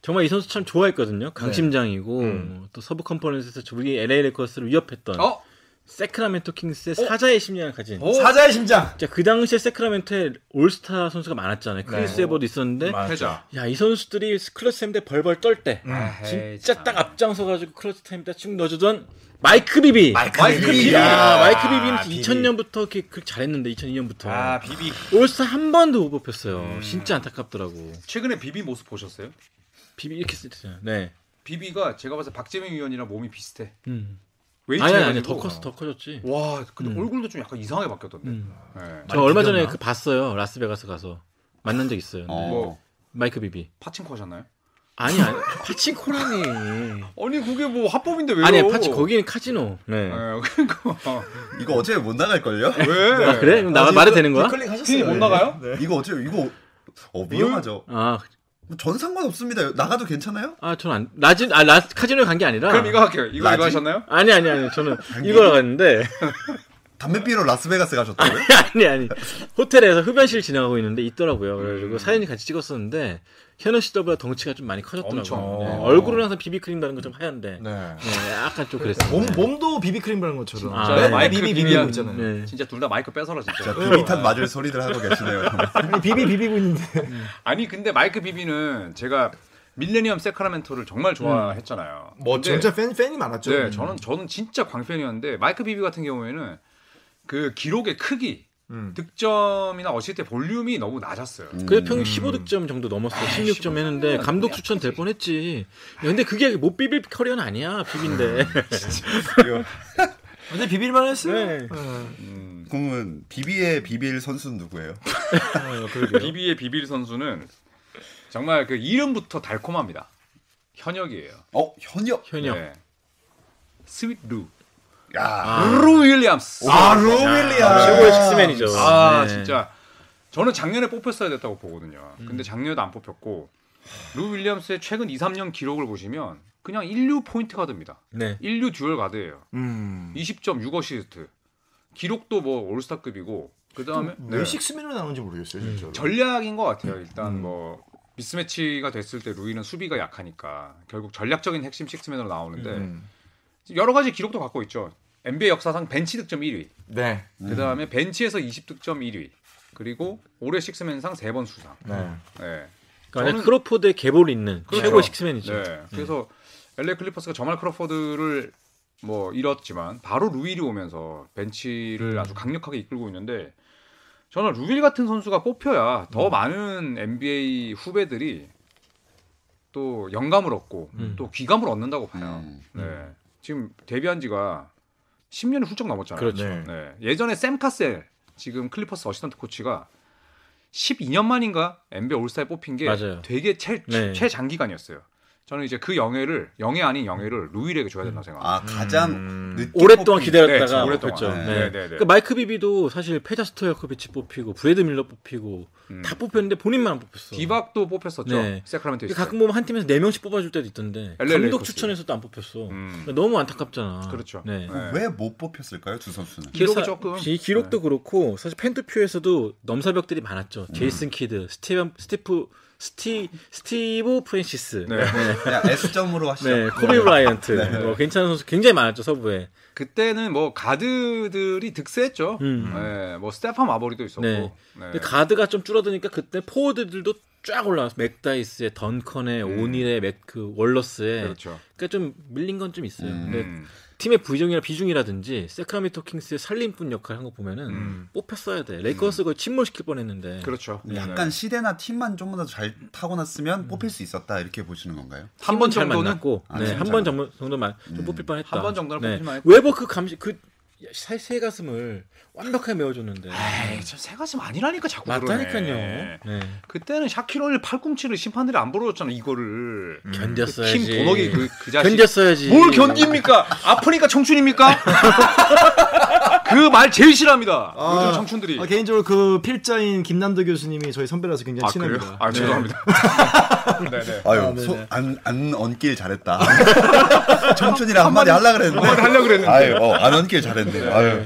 S2: 정말 이 선수 참 좋아했거든요. 강심장이고 뭐
S3: 음.
S2: 또 서부 컨퍼런스에서 우리 LA 레이커스를 위협했던
S4: 어?
S2: 세크라멘토 킹스의 사자의 심리를 가진
S4: 어?
S3: 사자의 심장.
S2: 진짜 그 당시에 세크라멘토에 올스타 선수가 많았잖아요. 크리스
S4: 네.
S2: 에버도 있었는데
S4: 패자. 아,
S2: 야 이 선수들이 클러스 햄때 벌벌 떨 때 아, 진짜 딱 앞장서 가지고 클러스 햄때 쭉 넣어주던 마이크 비비
S4: 마이크
S2: 비비.
S4: 비비.
S2: 야,
S4: 아,
S2: 마이크 비비는 2000년부터 그렇게, 그렇게 잘했는데 2002년부터
S4: 아 비비
S2: 올스타 한 번도 못 뽑혔어요. 진짜 안타깝더라고.
S4: 최근에 비비 모습 보셨어요?
S2: 비비 이렇게 쓰잖아요. 네.
S4: 비비가 제가 봐서 박재민 위원이랑 몸이 비슷해.
S2: 음.
S4: 웨이트
S2: 아니 아니, 아니
S4: 해가지고.
S2: 더 컸어 더 커졌지.
S4: 와 근데
S2: 음.
S4: 얼굴도 좀 약간 이상하게 바뀌었던데.
S2: 음.
S4: 예.
S2: 저 얼마 전에 그 봤어요 라스베가스 가서 만난 적 있어요.
S1: 어.
S4: 뭐
S2: 마이크 비비.
S4: 파친코 하셨나요?
S2: 아니 아니 파친코라니.
S4: 아니 그게 뭐 합법인데 왜요?
S2: 아니 파치 거기는 카지노.
S4: 예,
S2: 네.
S4: 그러니까
S1: 이거 어제 못 나갈 걸요?
S4: 왜?
S2: 아 그래? 그럼 나 말해 되는 거야?
S3: 클릭 하셨어요.
S4: 팀이 못 나가요?
S1: 이거 어제 이거 어 위험하죠.
S2: 아,
S1: 전 상관없습니다. 나가도 괜찮아요?
S2: 아 저는 안, 라진 아 라, 카지노에 간 게 아니라.
S4: 그럼 이거 할게요. 이거
S1: 라지?
S4: 이거 하셨나요?
S2: 아니 아니 아니 저는 이걸 갔는데
S1: 담배 피러 라스베가스 가셨다고요?
S2: 아니 아니 호텔에서 흡연실 지나가고 있는데 있더라고요.
S4: 음.
S2: 그래가지고 사연이 같이 찍었었는데 현우 씨 더보다 덩치가 좀 많이 커졌더라고요.
S4: 엄청.
S2: 네.
S4: 어.
S2: 얼굴은 항상 비비크림 바른 거 좀 하얀데
S3: 네.
S2: 네, 약간 좀 그랬어요. 아, 네.
S3: 몸 몸도 비비크림 바른 것처럼.
S2: 진짜
S3: 맨날
S4: 마이크
S3: 비비 비비고
S4: 비비한-
S3: 있잖아요.
S2: 네.
S4: 진짜 둘 다 마이크 뺏어라 진짜.
S1: 진짜 비비탄 그 맞을 소리들 하고 계시네요.
S3: 아니 비비 비비고 있는데.
S4: 아니 근데 마이크 비비는 제가 밀레니엄 세카라멘토를 정말 좋아했잖아요.
S3: 뭐
S4: 근데
S3: 진짜 팬 팬이 많았죠.
S4: 네, 저는 저는 진짜 광팬이었는데 마이크 비비 같은 경우에는 그 기록의 크기,
S3: 음.
S4: 득점이나 어시스트 볼륨이 너무 낮았어요. 음.
S2: 그래서 평균 15득점 정도
S4: 아,
S2: 넘었어요. 16점 했는데 감독 추천 될 뻔했지. 야, 근데 그게 못 비빌 커리어는 아니야
S4: 음,
S2: 비빈데.
S3: 근데 비빌만 했어요.
S2: 네.
S4: 음.
S1: 그러면 비비의 비빌 선수는 누구예요?
S4: 비비의 비빌 선수는 정말 그 이름부터 달콤합니다. 현역이에요.
S1: 어 현역.
S2: 현역.
S4: 네. 스윗 루.
S1: 야.
S4: 루 윌리엄스.
S1: 아, 로 윌리엄.
S2: 최고의 식스맨이죠.
S4: 아
S2: 네.
S4: 진짜 저는 작년에 뽑혔어야 됐다고 보거든요. 근데 작년에도 안 뽑혔고 루 윌리엄스의 최근 2, 3년 기록을 보시면 그냥 1류 포인트 가드입니다.
S2: 네.
S4: 1류 듀얼 가드예요.
S3: 음.
S4: 20.6 어시스트. 기록도 뭐 올스타급이고 그다음에
S3: 왜
S4: 네.
S3: 식스맨으로 나오는지 모르겠어요, 진짜로.
S4: 전략인 것 같아요. 일단
S3: 음.
S4: 뭐 미스매치가 됐을 때 루이는 수비가 약하니까 결국 전략적인 핵심 식스맨으로 나오는데
S3: 음.
S4: 여러 가지 기록도 갖고 있죠. NBA 역사상 벤치 득점 1위,
S3: 네.
S4: 그 다음에 벤치에서 20 득점 1위, 그리고 올해 식스맨상 3번 수상.
S3: 네.
S4: 네.
S2: 그러니까
S4: 저는-
S2: 크로포드의 계볼 있는
S4: 그렇죠.
S2: 최고의 식스맨이죠.
S4: 네. 그래서 LA 클리퍼스가 저말 크로포드를 뭐 잃었지만 바로 루일이 오면서 벤치를 아주 강력하게 이끌고 있는데 저는 루일 같은 선수가 뽑혀야 더 많은 NBA 후배들이 또 영감을 얻고
S2: 음.
S4: 또 귀감을 얻는다고 봐요.
S1: 음.
S4: 네. 지금 데뷔한 지가 10년이 훌쩍 넘었잖아요.
S2: 그렇죠.
S3: 네.
S4: 네. 예전에 샘 카셀 지금 클리퍼스 어시스턴트 코치가 12년 만인가 NBA 올스타에 뽑힌 게
S2: 맞아요.
S4: 되게 최,
S2: 네.
S4: 최장기간이었어요. 저는 이제 그 영예를 영예 아닌 영예를 루일에게 줘야
S2: 음.
S4: 된다고 생각합니다.
S1: 아 가장 늦게
S2: 오랫동안
S1: 뽑힌-
S2: 기다렸다가
S4: 네, 오랫동안.
S2: 뽑혔죠.
S1: 네.
S2: 네.
S4: 네, 네, 네.
S2: 그러니까 마이크 비비도 사실 페자 스토야코비치 뽑히고 브래드 밀러 뽑히고
S4: 음.
S2: 다 뽑혔는데 본인만 안 뽑혔어.
S4: 디박도 뽑혔었죠.
S2: 네.
S4: 세크라멘토 있을 때.
S2: 가끔 보면 한 팀에서 네 명씩 뽑아줄 때도 있던데
S4: LA
S2: 감독
S4: 레이커스.
S2: 추천에서도 안 뽑혔어.
S4: 음.
S2: 그러니까 너무 안타깝잖아.
S4: 그렇죠.
S2: 네.
S4: 네.
S1: 왜 못 뽑혔을까요 두 선수는?
S4: 기록이
S2: 기록사-
S4: 조금- 네.
S2: 기- 기록도 그렇고 사실 팬투표에서도 넘사벽들이 많았죠.
S4: 음.
S2: 제이슨 키드, 스티븐 스티프 스티 스티브 프랜시스, 네,
S1: 그냥 S 점으로 하시죠.
S2: 코비 브라이언트,
S4: 네.
S2: 뭐 괜찮은 선수 굉장히 많았죠 서부에.
S4: 그때는 뭐 가드들이 득세했죠.
S2: 음.
S4: 네. 뭐 스테판 마버리도 있었고.
S2: 네. 근데 가드가 좀 줄어드니까 그때 포워드들도 쫙 올라왔어. 맥다이스의 던컨의 오닐의 맥그 월러스의
S4: 음. 그렇죠.
S2: 그러니까 좀 밀린 건 좀 있어요. 근데
S4: 음.
S2: 팀의 부정이나 비중이라든지 세크라미토 킹스의 살림꾼 역할 한 거 보면은 뽑혔어야 돼. 레이커스 거의 침몰시킬 뻔했는데.
S4: 음. 그렇죠.
S1: 음, 약간 시대나 팀만 좀만 더 잘 타고났으면 뽑힐 수 있었다 이렇게 보시는 건가요?
S4: 한번
S2: 잘
S4: 정도는?
S2: 만났고
S1: 아,
S2: 네,
S1: 팀은
S2: 한
S1: 잘
S2: 번 정도만
S4: 음.
S2: 좀 뽑힐 뻔했다.
S4: 한번 정도는 뽑힐 만했다.
S2: 외버 그 감시 그새 가슴을 완벽하게 메워줬는데
S4: 에이, 저세 가지 아니라니까 자꾸
S2: 네. 맞다니까요.
S4: 그러네.
S2: 네.
S4: 그때는 샤키로닐 팔꿈치를 심판들이 안 부러졌잖아 이거를.
S3: 음.
S2: 그 견뎠어야지.
S4: 킴 도너기 그, 그 자식.
S2: 견뎠어야지.
S4: 뭘 견딥니까? 아프니까 청춘입니까? 그 말 제일 싫어합니다. 요즘 청춘들이.
S3: 아, 개인적으로 그 필자인 김남도 교수님이 저희 선배라서 굉장히
S4: 아, 그래요?
S3: 친합니다. 네.
S4: 아 죄송합니다. 네네.
S1: 아유
S3: 네네.
S1: 안안 얹길 잘했다. 청춘이랑 한마디 하려 그랬는데.
S4: 한마디 하려고 그랬는데.
S1: 아유 어, 안 얹길 잘했네. 아유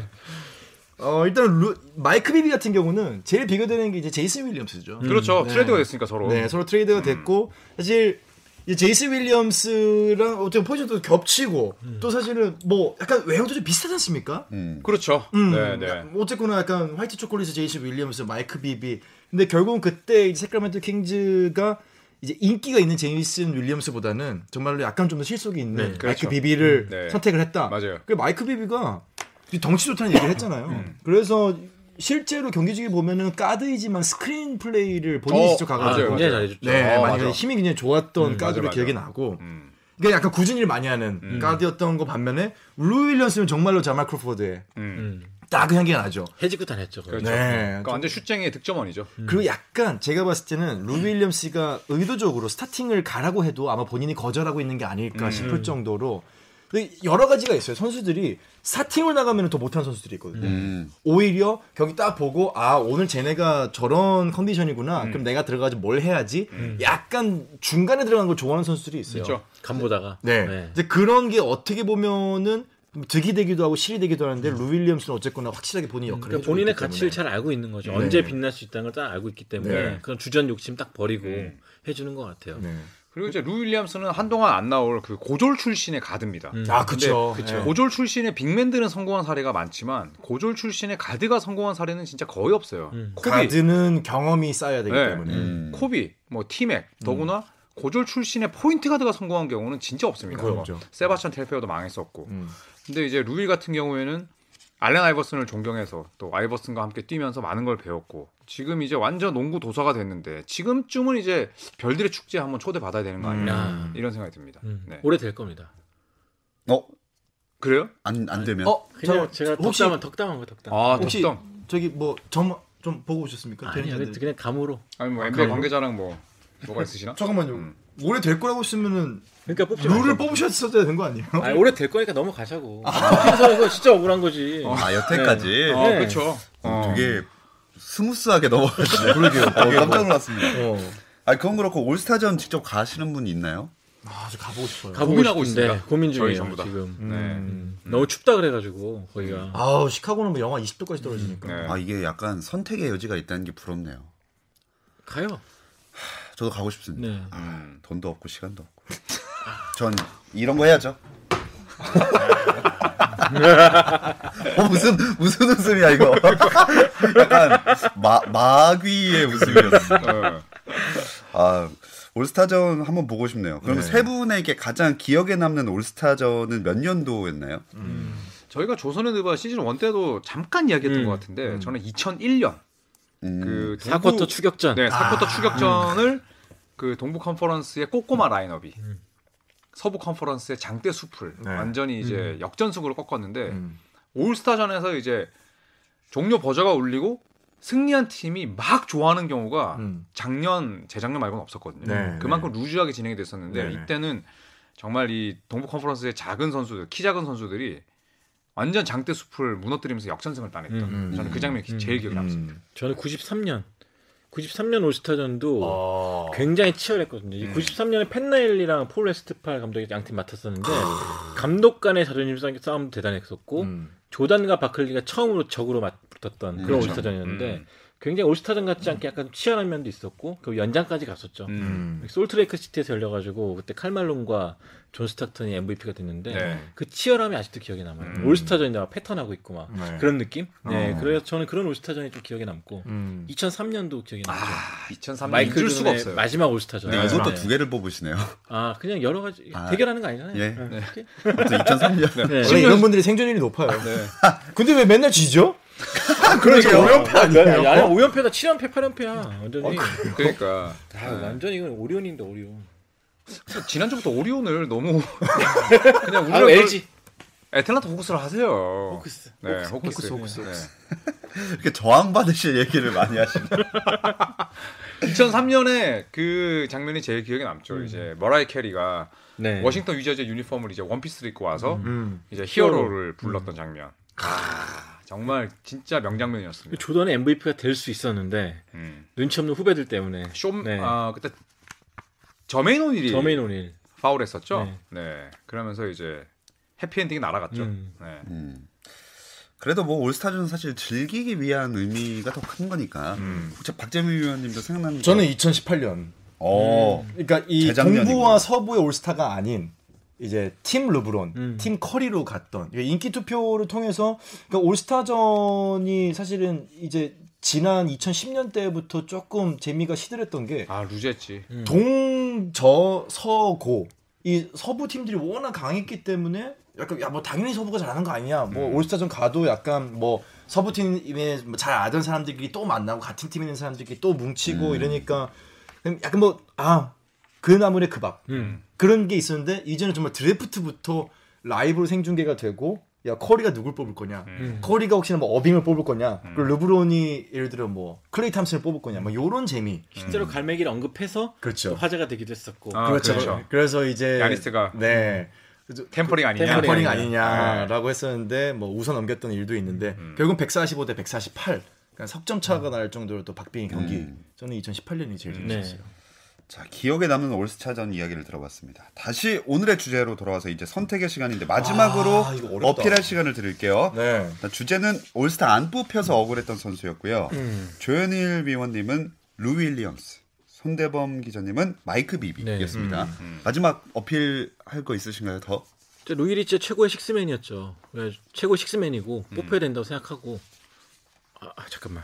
S3: 어, 일단 루, 마이크 비비 같은 경우는 제일
S2: 음.
S3: 비교되는 게 이제 제이슨 윌리엄스죠.
S4: 그렇죠.
S3: 네.
S4: 트레이드가 됐으니까 서로.
S3: 네, 서로 트레이드가 됐고 사실 이 제이스 윌리엄스랑 어떻게 포지션도 겹치고
S4: 음.
S3: 또 사실은 뭐 약간 외형도 좀 비슷하지 않습니까?
S1: 음.
S4: 그렇죠.
S3: 음,
S4: 네, 네.
S3: 뭐 어쨌거나 약간 화이트 초콜릿의 제이시 윌리엄스, 마이크 비비. 근데 결국은 그때 이제 세크라멘토 킹즈가 이제 인기가 있는 제이슨 윌리엄스보다는 정말로 약간 좀 더 실속이 있는 마이크
S4: 그렇죠.
S3: 비비를
S4: 음, 네.
S3: 선택을 했다.
S4: 맞아요.
S3: 그 마이크 비비가 이 덩치 좋다는 얘기를 했잖아요.
S4: 음.
S3: 그래서 실제로 경기 중에 보면은 까드이지만 스크린 플레이를 본인이
S4: 어,
S3: 직접 가가지고
S4: 맞아요.
S2: 굉장히 잘해줬죠.
S3: 네,
S4: 어,
S3: 많이
S4: 맞아. 음,
S3: 힘이 굉장히 좋았던 까드로
S4: 맞아,
S3: 기억이
S4: 맞아.
S3: 나고
S4: 음.
S3: 그러 약간 굳은 일 많이 하는 까드였던 거 반면에 루 윌리엄스는 정말로 자말 크로포드에
S4: 음.
S3: 딱 그 향기가 나죠.
S2: 해지끝안 했죠. 그거.
S4: 그렇죠.
S3: 네,
S4: 그러니까
S3: 좀-
S4: 완전 슛쟁이의 득점원이죠.
S3: 그리고 약간 제가 봤을 때는 루 윌리엄스가 의도적으로 스타팅을 가라고 해도 아마 본인이 거절하고 있는 게
S4: 음.
S3: 아닐까 싶을 정도로 근데 여러 가지가 있어요. 선수들이 스타팅을 나가면 더 못하는 선수들이 있거든요.
S1: 음.
S3: 오히려 경기 딱 보고 아 오늘 쟤네가 저런
S4: 음.
S3: 컨디션이구나. 그럼 내가 들어가서 뭘 해야지. 약간 중간에 들어간 걸 좋아하는 선수들이 있어요.
S4: 그렇죠.
S2: 간보다가.
S3: 네. 이제 그런 게 어떻게 보면은 득이 되기도 하고 실이 되기도 하는데 루 윌리엄스는 어쨌거나 확실하게 본인 역할을
S2: 음. 그러니까
S3: 해주고
S2: 본인의
S3: 있기
S2: 가치를
S3: 때문에.
S2: 잘 알고 있는 거죠. 언제 빛날 수 있다는 걸 딱 알고 있기 때문에
S4: 네.
S2: 그런 주전 욕심 딱 버리고 해주는 것 같아요.
S3: 네.
S4: 그리고 이제 루 윌리엄스는 한동안 안 나올 그 고졸 출신의 가드입니다.
S3: 아
S4: 근데
S2: 네,
S3: 그쵸. 예.
S4: 고졸 출신의 빅맨들은 성공한 사례가 많지만 고졸 출신의 가드가 성공한 사례는 진짜 거의 없어요.
S3: 음.
S4: 코비,
S3: 가드는 경험이 쌓여야 되기
S4: 네.
S3: 때문에. 음.
S1: 음.
S4: 코비, 뭐 티맥, 더구나 고졸 출신의 포인트 가드가 성공한 경우는 진짜 없습니다.
S3: 거의 없죠.
S4: 뭐 세바스찬 텔페어도 망했었고.
S3: 음.
S4: 근데 이제 루일 같은 경우에는 알렌 아이버슨을 존경해서 또 아이버슨과 함께 뛰면서 많은 걸 배웠고 지금 이제 완전 농구 도사가 됐는데 지금쯤은 이제 별들의 축제에 한번 초대받아야 되는 거 아니냐
S2: 음.
S4: 이런 생각이 듭니다.
S2: 음.
S4: 네.
S2: 오래 될 겁니다.
S1: 어?
S4: 그래요?
S1: 안, 안 되면?
S3: 어,
S2: 그냥
S3: 저-
S2: 제가
S3: 혹시
S2: 덕담한 덕담한 거 덕담.
S4: 아,
S3: 어, 혹시-
S4: 덕담.
S3: 저기 뭐점좀 보고 오셨습니까?
S2: 아니야,
S3: 대리자들.
S2: 그냥 감으로.
S4: 아니 뭐 NBA 관계자랑 뭐 뭐가 있으시나?
S3: 잠깐만요. 올해 될 거라고 했으면은
S2: 그러니까 뽑지
S3: 룰을
S2: 말고.
S3: 뽑으셨어야 되는 거 아니에요?
S2: 아니, 오래 될 거니까 넘어가자고. 팀에서 진짜 억울한 거지.
S1: 아, 여태까지?
S4: 어,
S2: 네.
S4: 그렇죠. 어.
S1: 되게 스무스하게 넘어가시네. 그러게요. 깜짝 놀랐습니다.
S3: 어.
S1: 아, 그건 그렇고 올스타전 직접 가시는 분 있나요?
S3: 아, 저 가보고 싶어요.
S2: 가보고
S4: 고민하고
S2: 싶은데
S4: 있습니다.
S2: 고민
S4: 저희
S2: 중이에요
S4: 전부 다.
S2: 지금.
S4: 네.
S2: 음. 너무 춥다 그래가지고 거기가.
S3: 아우, 시카고는 뭐 영하 20도까지 떨어지니까.
S4: 네.
S1: 아, 이게 약간 선택의 여지가 있다는 게 부럽네요.
S2: 가요.
S1: 저도 가고 싶습니다.
S2: 네.
S1: 아, 돈도 없고 시간도 없고. 전 이런 거 해야죠. 어, 무슨 무슨 웃음이야 이거? 약간 마, 마귀의 웃음이었어.
S4: 어.
S1: 아 올스타전 한번 보고 싶네요. 그럼 세 분에게 가장 기억에 남는 올스타전은 몇 년도였나요?
S4: 저희가 조선의 드바 시즌 1 때도 잠깐 이야기했던
S2: 음.
S4: 것 같은데 저는 2001년
S1: 음,
S4: 그
S2: 사쿼터
S4: 동부-
S2: 추격전. 아. 음.
S4: 네, 사쿼터 추격전을 그 동부 컨퍼런스의 꼬꼬마 라인업이 서부 컨퍼런스의 장대 숲을
S3: 네.
S4: 완전히 이제
S2: 음.
S4: 역전승으로 꺾었는데
S3: 음.
S4: 올스타전에서 이제 종료 버저가 울리고 승리한 팀이 막 좋아하는 경우가
S3: 음.
S4: 작년 재작년 말고는 없었거든요.
S3: 네,
S4: 그만큼 루즈하게 진행이 됐었는데
S3: 네, 네.
S4: 이때는 정말 이 동부 컨퍼런스의 작은 선수들, 키 작은 선수들이 완전 장대 숲을 무너뜨리면서 역전승을 따냈던
S2: 음,
S4: 저는 그 장면이 제일 기억에 남습니다.
S3: 음.
S2: 저는 93년, 93년 올스타전도
S3: 어.
S2: 굉장히 치열했거든요. 이 93년에 펜나일리랑 폴 웨스트팔 감독이 양팀 맡았었는데 감독 간의 자존심 싸- 싸움도 대단했었고
S3: 음.
S2: 조단과 바클리가 처음으로 적으로 맞붙었던 그런
S4: 그렇죠.
S2: 올스타전이었는데
S4: 음.
S2: 굉장히 올스타전 같지 않게 약간 치열한 면도 있었고 그 연장까지 갔었죠.
S3: 음.
S2: 솔트레이크 시티에서 열려가지고 그때 칼말론과 존 스타턴이 MVP가 됐는데
S4: 네.
S3: 음.
S2: 그 치열함이 아직도 기억에 남아요. 올스타전이 막 패턴하고 있고 막
S3: 네.
S2: 그런 느낌. 네, 그래서 저는 그런 올스타전이 좀 기억에 남고
S3: 음.
S2: 2003년도 기억에 남죠.
S4: 아, 2003년
S2: 마이클
S4: 잊을 수가
S2: 조던의
S4: 없어요.
S2: 마지막 올스타전.
S1: 근데 이것도
S2: 네.
S1: 두 개를 뽑으시네요.
S2: 아 그냥 여러 가지
S1: 아,
S2: 대결하는 거 아니잖아요.
S1: 예.
S2: 네.
S1: 또 2003년.
S2: 네.
S3: 원래 이런 분들이 생존율이 높아요.
S4: 네.
S3: 근데 왜 맨날 지죠?
S1: 그러게요.
S2: 아니, 아니 5연패다 7연패 8연패야. 완전히
S4: 그러니까
S2: 아, 완전 이건 오리온인데 오리온.
S4: 지난주부터 오리온을 너무 그냥
S2: 아
S4: 우리가
S2: LG.
S4: 애틀란타 호크스를 하세요.
S2: 어.
S4: 호크스. 네,
S2: 호크스,
S4: 호크스.
S2: 호크스,
S1: 이렇게 저항받으실 얘기를 많이 하시네.
S4: 네. 2003년에 그 장면이 제일 기억에 남죠.
S2: 음.
S4: 이제 머라이 캐리가
S2: 네.
S4: 워싱턴 위저즈 유니폼을 이제 원피스를 입고 와서
S3: 음.
S4: 이제 히어로를 불렀던 장면. 아, 정말 진짜 명장면이었습니다.
S2: 그 조던의 MVP가 될 수 있었는데
S4: 음.
S2: 눈치 없는 후배들 때문에.
S4: 쇼,
S2: 네.
S4: 아 그때 저메인 오닐이
S2: 저메인 오닐.
S4: 파울했었죠.
S2: 네.
S4: 네. 그러면서 이제 해피엔딩이 날아갔죠.
S2: 음.
S4: 네.
S1: 음. 그래도 뭐 올스타전은 사실
S3: 음.
S1: 즐기기 위한 의미가 더 큰 거니까. 혹시 박재민 위원님도 생각나는
S3: 저는 2018년
S1: 거? 어.
S3: 그러니까 이
S1: 재작년이구나.
S3: 동부와 서부의 올스타가 아닌 이제 팀 르브론,
S2: 음.
S3: 팀 커리로 갔던 이게 인기 투표를 통해서 그러니까 올스타전이 사실은 이제 지난 2010년 때부터 조금 재미가 시들했던 게
S4: 아 루제지.
S3: 음. 동저 서고 이 서부 팀들이 워낙 강했기 때문에 약간 야 뭐 당연히 서부가 잘하는 거 아니냐 뭐 올스타전 가도 약간 뭐 서부 팀에 뭐잘 아던 사람들끼리 또 만나고 같은 팀에 있는 사람들끼리 또 뭉치고 이러니까 약간 뭐 아 그 나물에 그밥
S2: 음.
S3: 그런 게 있었는데 이제는 정말 드래프트부터 라이브로 생중계가 되고 야 커리가 누굴 뽑을 거냐
S4: 음.
S3: 커리가 혹시나 뭐 어빙을 뽑을 거냐 그리고 르브론이 예를 들어 뭐 클레이 탐슨을 뽑을 거냐 뭐 요런 재미
S2: 실제로 갈매기를 언급해서
S3: 그렇죠.
S2: 또 화제가 되기도 했었고
S4: 아,
S3: 그렇죠.
S4: 그렇죠.
S3: 그래서 이제
S4: 야니스가. 음. 네.
S3: 네.
S4: 템퍼링 아니냐?
S2: 템퍼링
S3: 템퍼링
S2: 아니냐.
S3: 아니냐라고 했었는데 뭐 웃어 넘겼던 일도 있는데
S4: 음.
S3: 결국 145 대 148 그러니까 석점 차가 날 정도로 또 박빙의 경기.
S2: 음.
S3: 저는 2018년이 제일
S4: 음.
S2: 네.
S3: 재밌었어요.
S1: 자, 기억에 남는 올스타전 이야기를 들어봤습니다. 다시 오늘의 주제로 돌아와서 이제 선택의 시간인데 마지막으로
S3: 아, 이거 어렵다.
S1: 어필할 시간을 드릴게요.
S3: 네.
S1: 일단 주제는 올스타 안 뽑혀서 억울했던 선수였고요.
S3: 음.
S1: 조현일 위원님은 루 윌리엄스, 손대범 기자님은 마이크 비비였습니다.
S3: 음,
S1: 마지막 어필할 거 있으신가요? 더?
S2: 이제 루이리치 최고의 식스맨이었죠. 그러니까 최고의 식스맨이고 뽑혀야 된다고 생각하고 아, 아, 잠깐만.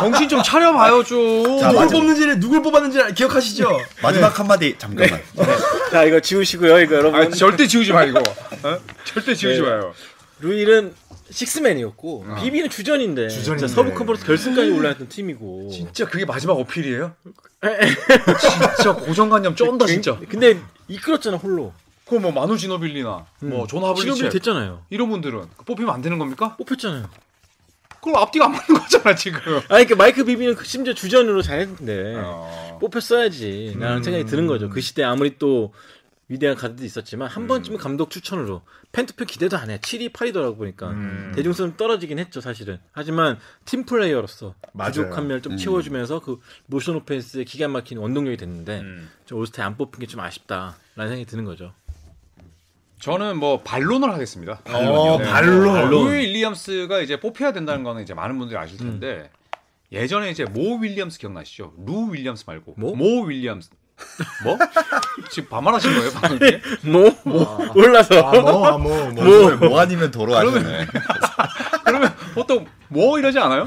S4: 정신 좀 차려봐요 좀.
S2: 아,
S1: 자,
S3: 누굴
S1: 마지막,
S3: 뽑는지를 누굴 뽑았는지 기억하시죠?
S1: 마지막 한마디 잠깐만.
S3: 네.
S2: 자 이거 지우시고요. 이거 여러분.
S4: 아, 절대 지우지 마 이거. 어? 절대 지우지
S2: 네.
S4: 마요.
S2: 루일은 식스맨이었고
S4: 어.
S2: 비비는 주전인데,
S3: 주전인데.
S2: 진짜 서부 컨퍼런스 결승까지 올라왔던 팀이고.
S4: 진짜 그게 마지막 어필이에요? 진짜 고정관념 쩐다 진짜.
S2: 근데 이끌었잖아 홀로.
S4: 그거 뭐 마누 지노빌리나 뭐 존
S2: 직업이
S4: 하블리체
S2: 됐잖아요.
S4: 이런 분들은 뽑히면 안 되는 겁니까?
S2: 뽑혔잖아요.
S4: 그걸 앞뒤가 안 맞는 거잖아 지금.
S2: 아니 그러니까 마이크 비비는 그 심지어 주전으로 잘했는데
S4: 어.
S2: 뽑혔어야지. 라는 생각이 드는 거죠. 그 시대 아무리 또 위대한 가드도 있었지만 한 번쯤은 감독 추천으로 팬투표 기대도 안 해. 7위, 8위더라고 보니까 대중성은 떨어지긴 했죠 사실은. 하지만 팀 플레이어로서
S3: 맞아요.
S2: 부족한 면을 좀 채워주면서 그 모션 오펜스에 기가 막힌 원동력이 됐는데 저 올스타에 안 뽑힌 게 좀 아쉽다라는 생각이 드는 거죠.
S4: 저는 뭐 반론을 하겠습니다.
S2: 아,
S4: 네.
S3: 어,
S2: 네.
S3: 발로.
S4: 루 윌리엄스가 이제 뽑혀야 된다는 거는 이제 많은 분들이 아실 텐데 예전에 이제 모 윌리엄스 기억나시죠? 루 윌리엄스 말고
S2: 뭐?
S4: 모 윌리엄스 뭐? 지금 반말하신 거예요 방금? 이게?
S2: 뭐? 올라서
S3: 아, 뭐, 아, 뭐, 뭐.
S1: 뭐, 뭐 아니면 도로 하시네.
S4: 그러니까. 그러면 보통 뭐 이러지 않아요?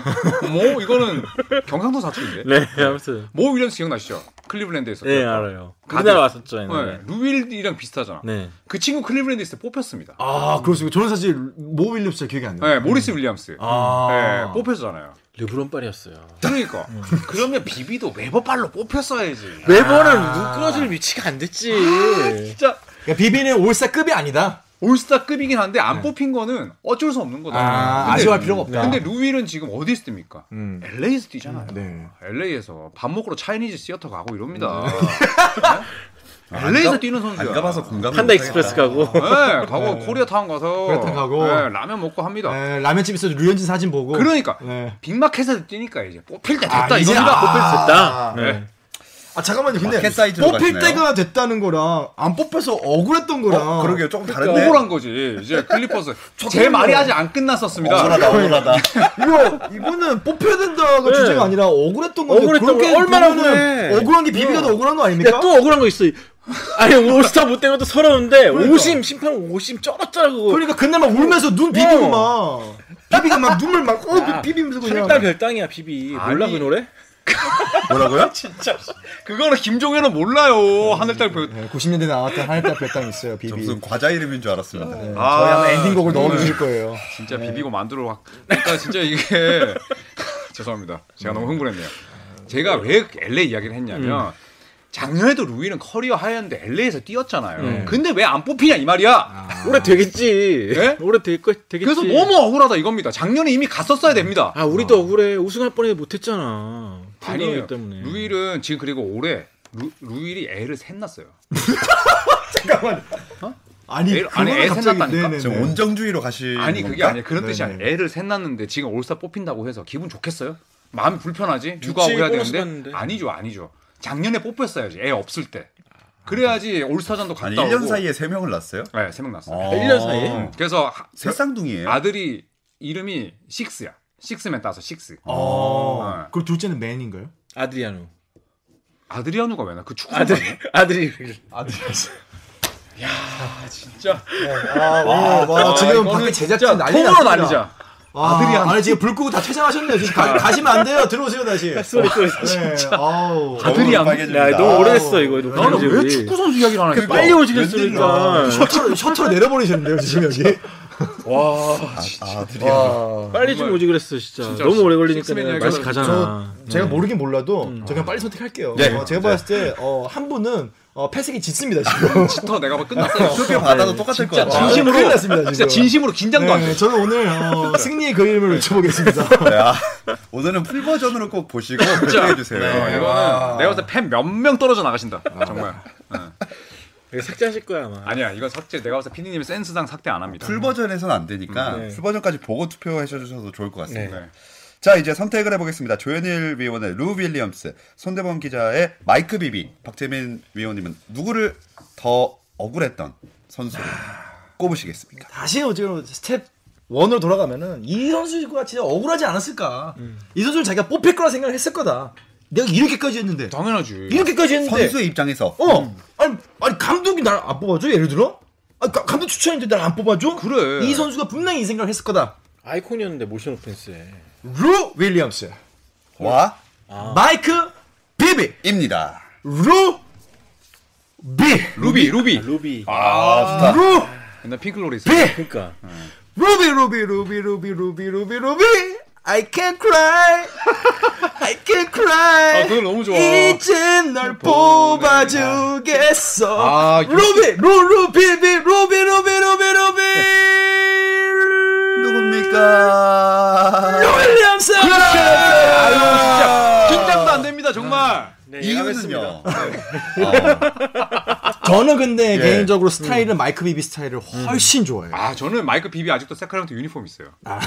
S4: 뭐 이거는 경상도 사투리인데
S2: 네 아무튼
S4: 모 윌리엄스 기억나시죠? 클리블랜드에서
S2: 네 알아요.
S4: 가드.
S2: 우리나라 왔었죠
S4: 예, 네,
S2: 옛날에.
S4: 루윌이랑 비슷하잖아.
S2: 네.
S4: 그 친구 클리블랜드에서 뽑혔습니다.
S3: 아, 그렇습니다. 저는 사실 모 윌리엄스 잘 기억이 안 나요.
S4: 네, 모리스 윌리엄스.
S3: 아.
S4: 네, 뽑혔잖아요.
S2: 르브론 빨이었어요.
S4: 그러니까.
S3: 음.
S4: 그러면 비비도 외버발로 뽑혔어야지.
S2: 매번은 누그러질 위치가 안 됐지.
S4: 진짜
S3: 그러니까 아. 비비는 올스타급이 아니다.
S4: 올스타급이긴 한데 안 뽑힌 거는 어쩔 수 없는 거다.
S3: 네. 아, 아쉬워할 필요가 없다.
S4: 근데 루윌은 지금 어디 있습니까?
S3: 음.
S4: LA에서 뛰잖아요.
S3: 네.
S4: LA에서 밥 먹으러 차이니즈 시어터 가고 이럽니다.
S3: 음.
S1: 안
S4: LA에서
S1: 가-
S4: 뛰는 선수야.
S1: 안 가봐서 공감.
S2: 판다 익스프레스 가고.
S4: 네, 가고 코리아 타운 가서
S3: 코리아타운 가고.
S4: 네, 라면 먹고 합니다.
S3: 네, 라면집에서 류현진 사진 보고.
S4: 그러니까
S3: 네.
S4: 빅마켓에서 뛰니까 이제 뽑힐 때 됐다
S3: 아, 이제
S4: 이겁니다.
S3: 아.
S2: 뽑힐 수 있다.
S4: 네.
S3: 아 잠깐만요. 근데
S1: 마켓 사이즈로
S3: 뽑힐
S1: 가시네요.
S3: 때가 됐다는 거랑 안 뽑혀서 억울했던 거랑
S1: 어, 그러게요. 조금
S4: 그러니까.
S1: 다른데.
S4: 억울한 거지. 이제 클리퍼스 제
S3: 때문에.
S4: 말이 아직 안
S3: 어,
S4: 끝났었습니다.
S1: 억울하다, 억울하다.
S3: 이거 이거는 뽑혀야 된다가 주제가 아니라 억울했던 건데
S2: 네. 억울했던
S3: 그렇게
S2: 거 얼마나
S3: 보면은
S2: 억울해.
S3: 억울한 게 비비가 더 억울한 거 아닙니까?
S2: 야, 또 억울한 거 있어. 아니, 올스타 못 된 것도 서러운데, 오심, 심판 오심 쩔었잖아, 그거. 어.
S3: 그러니까 그날 막 울면서 눈 비비고 막 비비가 막 눈물 막 어, 비비면서 그냥
S2: 탈당 별당이야, 비비. 몰라,
S4: 아니.
S2: 그 노래?
S1: 뭐라고요?
S4: 그거는 김종현은 몰라요. 하늘딸 표.
S3: 네, 90년대 나왔던 하늘딸 별당 있어요 비비.
S1: 네, 무슨 과자 이름인 줄 알았습니다.
S3: 네,
S4: 아,
S3: 저희 아마 엔딩곡을
S4: 정말.
S3: 넣어주실 거예요.
S4: 진짜 비비고 만두로 확. 그러니까 진짜 이게 죄송합니다. 제가 너무 흥분했네요. 제가 왜 LA 이야기를
S3: 음.
S4: 했냐면 작년에도 루이는 커리어 하였는데 LA에서 뛰었잖아요.
S3: 네.
S4: 근데 왜 안 뽑히냐 이 말이야.
S3: 아,
S2: 올해 되겠지.
S4: 예?
S2: 올해 될 거, 되겠지.
S4: 그래서 너무 억울하다 이겁니다. 작년에 이미 갔었어야
S3: 네.
S4: 됩니다.
S2: 아, 우리도 억울해. 우승할 뻔해 못했잖아.
S4: 아니에요.
S2: 아니, 때문에.
S4: 루일은 지금 그리고 올해 루, 루일이 애를 셋 낳았어요.
S3: 잠깐만. 아니
S4: 애- 아니,
S3: 그거는
S4: 애
S3: 갑자기
S4: 생각나니까?
S3: 네네네.
S1: 지금 온정주의로 가시는
S4: 아니 그게
S1: 건가?
S4: 아니에요. 그런 뜻이
S3: 네네.
S4: 아니에요. 애를 셋 낳았는데 지금 올스타 뽑힌다고 해서 기분 좋겠어요? 마음이 불편하지?
S2: 유치해
S4: 육아하고 해야
S2: 보너스
S4: 되는데?
S2: 받는데.
S4: 아니죠, 아니죠. 작년에 뽑혔어야지. 애 없을 때.
S2: 아.
S4: 그래야지 올스타전도
S1: 아니
S4: 갔다
S1: 1년
S4: 오고.
S1: 사이에 3명을 낳았어요?
S4: 네, 세명 낳았어요. 음.
S2: 1년 사이에?
S1: 어.
S4: 그래서 하-
S1: 새 쌍둥이에요.
S4: 아들이 이름이 식스야. 식스맨 따서 식스.
S3: 어. 그럼 아, 둘째는 맨인가요?
S2: 아드리아노.
S4: 아드리아누가 왜 나? 그 축구
S2: 아드리
S4: 선수
S2: 아드리.
S4: 진짜
S3: 아, 와, 와, 지금 밖에 제작진
S4: 진짜
S3: 난리
S4: 통으로
S3: 났습니다.
S4: 날리자.
S3: 아,
S4: 아들이 한-
S3: 아니 지금 불 끄고 다 퇴장하셨네요. 지금 가, 가시면 안 돼요. 들어오세요 다시.
S4: 아,
S2: 소리 소리.
S3: 네, 아우.
S4: 아들이야.
S2: 야,
S1: 빨개집니다. 그러니까
S2: 너무 오래됐어 이거. 이거
S4: 나는
S2: 녹음한 지
S4: 왜
S2: 우리.
S4: 축구 선수 이야기를 안 했어?
S2: 빨리
S4: 아,
S2: 오시겠으니까.
S3: 아, 셔터를 셔터를 내려버리셨는데요 지금 여기.
S4: 와.
S1: 아, 드디어.
S3: 와.
S2: 빨리 좀 오지 그랬어 진짜.
S4: 진짜
S2: 너무 오래 걸리니까
S4: 식스맨
S2: 내가
S4: 얘기하고
S2: 다시
S3: 저
S2: 가잖아.
S3: 제가
S4: 네.
S3: 모르긴 몰라도
S4: 음.
S3: 저 그냥 빨리 선택할게요.
S1: 네.
S3: 어, 제가 봤을 때한 분은 어, 패색이 짙습니다 지금.
S4: 지터 내가 봐 끝났어.
S1: 수표 받아도 똑같을 거야.
S3: 와,
S4: 네, 진심으로-
S3: 큰일 났습니다 지금.
S4: 진짜 진심으로 긴장도 안
S3: 네,
S4: 돼.
S3: 저는 오늘 어, 승리의 그림을
S4: 네.
S3: 외쳐보겠습니다.
S1: 야, 오늘은 풀 버전으로 꼭 보시고 결정해 주세요.
S4: 네, 이거는 내가 봤을 때팬몇 명 떨어져 나가신다. 정말. 네.
S2: 이거 삭제하실 거야 아마.
S4: 아니야, 이건 삭제. 내가 봤을 때 피디님이 센스상 삭제 안 합니다.
S1: 그러니까. 풀 버전에선 안 되니까
S3: 음, 네.
S1: 풀 버전까지 보고 투표해 주셔도 좋을 것 같습니다.
S4: 네.
S1: 자 이제 선택을 해보겠습니다. 조현일 위원의 루 윌리엄스, 손대범 기자의 마이크 비비, 박재민 위원님은 누구를 더 억울했던 선수를 꼽으시겠습니까?
S3: 다시 지금 스텝 원으로 돌아가면은 이 선수가 진짜 억울하지 않았을까? 이 선수를 자기가 뽑힐 거라 생각을 했을 거다. 내가 이렇게까지 했는데,
S4: 당연하지.
S3: 이렇게까지 했는데,
S1: 선수의 입장에서
S3: 어, 아니, 아니 감독이 날 안 뽑아줘? 예를 들어? 아, 가- 감독 추천인데 날 안 뽑아줘?
S4: 그래.
S3: 이 선수가 분명히 이 생각을 했을 거다.
S2: 아이콘이었는데 모션 오펜스에.
S3: 루 윌리엄스,
S1: 와입니다.
S3: 마이크 비비, 루 비,
S4: 루비, 루비.
S2: 루비.
S1: 아 좋다.
S3: 루
S4: 옛날 핑클로리 있어.
S3: 비.
S2: 그러니까.
S3: 루비 루비 루비 루비 루비 루비 루비 I can't cry I can't cry
S4: 아, 그 노래 너무 좋아.
S3: 이젠 널 뽑아주겠어
S4: 아, 이거-
S3: 루비 루루비비 루비 루비 루비 루비
S1: 누굽니까?
S3: 윌리엄스
S4: 아유, 진짜 긴장도 안 됩니다, 정말.
S2: 네,
S1: 이유는요.
S3: 저는 근데 개인적으로 스타일은 마이크 비비 스타일을 훨씬 좋아해요
S4: 아, 저는 마이크 비비 아직도 세카라멘토 유니폼 있어요. 음,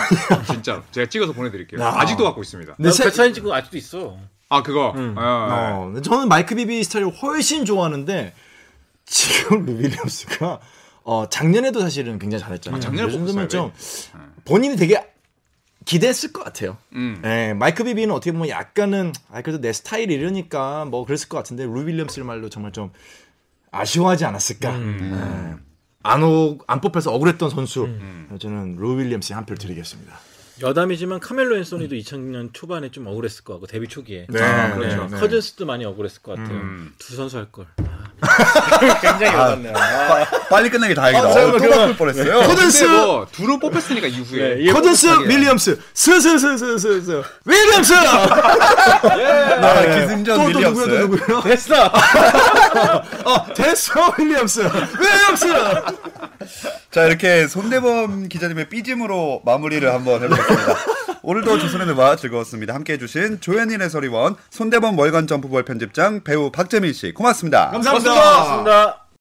S4: 진짜로. 제가 찍어서 보내드릴게요.
S3: 아.
S4: 아직도 갖고 있습니다.
S3: 근데
S2: 나도
S3: 세-
S2: 그 사진 찍은 거 아직도 있어.
S4: 아, 그거. 어, 어.
S3: 어, 저는 마이크 비비 스타일을 훨씬 좋아하는데 지금 루빌리엄스가 어, 작년에도 사실은 굉장히 잘했잖아요.
S4: 작년에
S3: 요즘은
S4: 뽑았어요, 네.
S3: 좀 본인이 되게 기대했을 것 같아요.
S4: 음.
S3: 예, 마이크 비비는 어떻게 보면 약간은 아 그래도 내 스타일이 이러니까 뭐 그랬을 것 같은데 루빌리엄스를 말로 정말 좀 아쉬워하지 않았을까.
S4: 음.
S3: 예, 안, 오, 안 뽑혀서 억울했던 선수
S4: 음.
S3: 저는 루윌리엄스에 한 표 드리겠습니다.
S2: 여담이지만 카멜로 앤소니도 2000년 초반에 좀 억울했을 것 같고 데뷔 초기에.
S3: 아,
S2: 그렇죠. 커즌스도 많이 억울했을 것 같아요.
S3: 음.
S2: 두 선수 할 걸. 굉장히
S1: 와닿네요. 아, 빠- 빨리 끝내기 다행이다.
S3: 아, 네.
S1: 어,
S3: 잠깐만,
S1: 또
S3: 그러면-
S1: 바꿀 뻔했어요.
S3: 코든스
S4: 근데 뭐, 둘은 뽑혔으니까 이후에.
S2: 네, 예.
S4: 뭐
S3: 커든스 윌리엄스 스스스스스스 윌리엄스
S1: 아, 기승전
S3: 네. 또, 또 누구야
S1: 윌리엄스.
S3: 또 누구야
S2: 됐어.
S3: 어 됐어 윌리엄스 윌리엄스
S1: 자 이렇게 손대범 기자님의 삐짐으로 마무리를 한번 해보겠습니다. 오늘도 조선의 누바 즐거웠습니다. 함께해주신 조현일 해설위원, 손대범 월간 점프볼 편집장 배우 박재민 씨 고맙습니다.
S3: 감사합니다
S4: 고맙습니다.
S2: 감사합니다.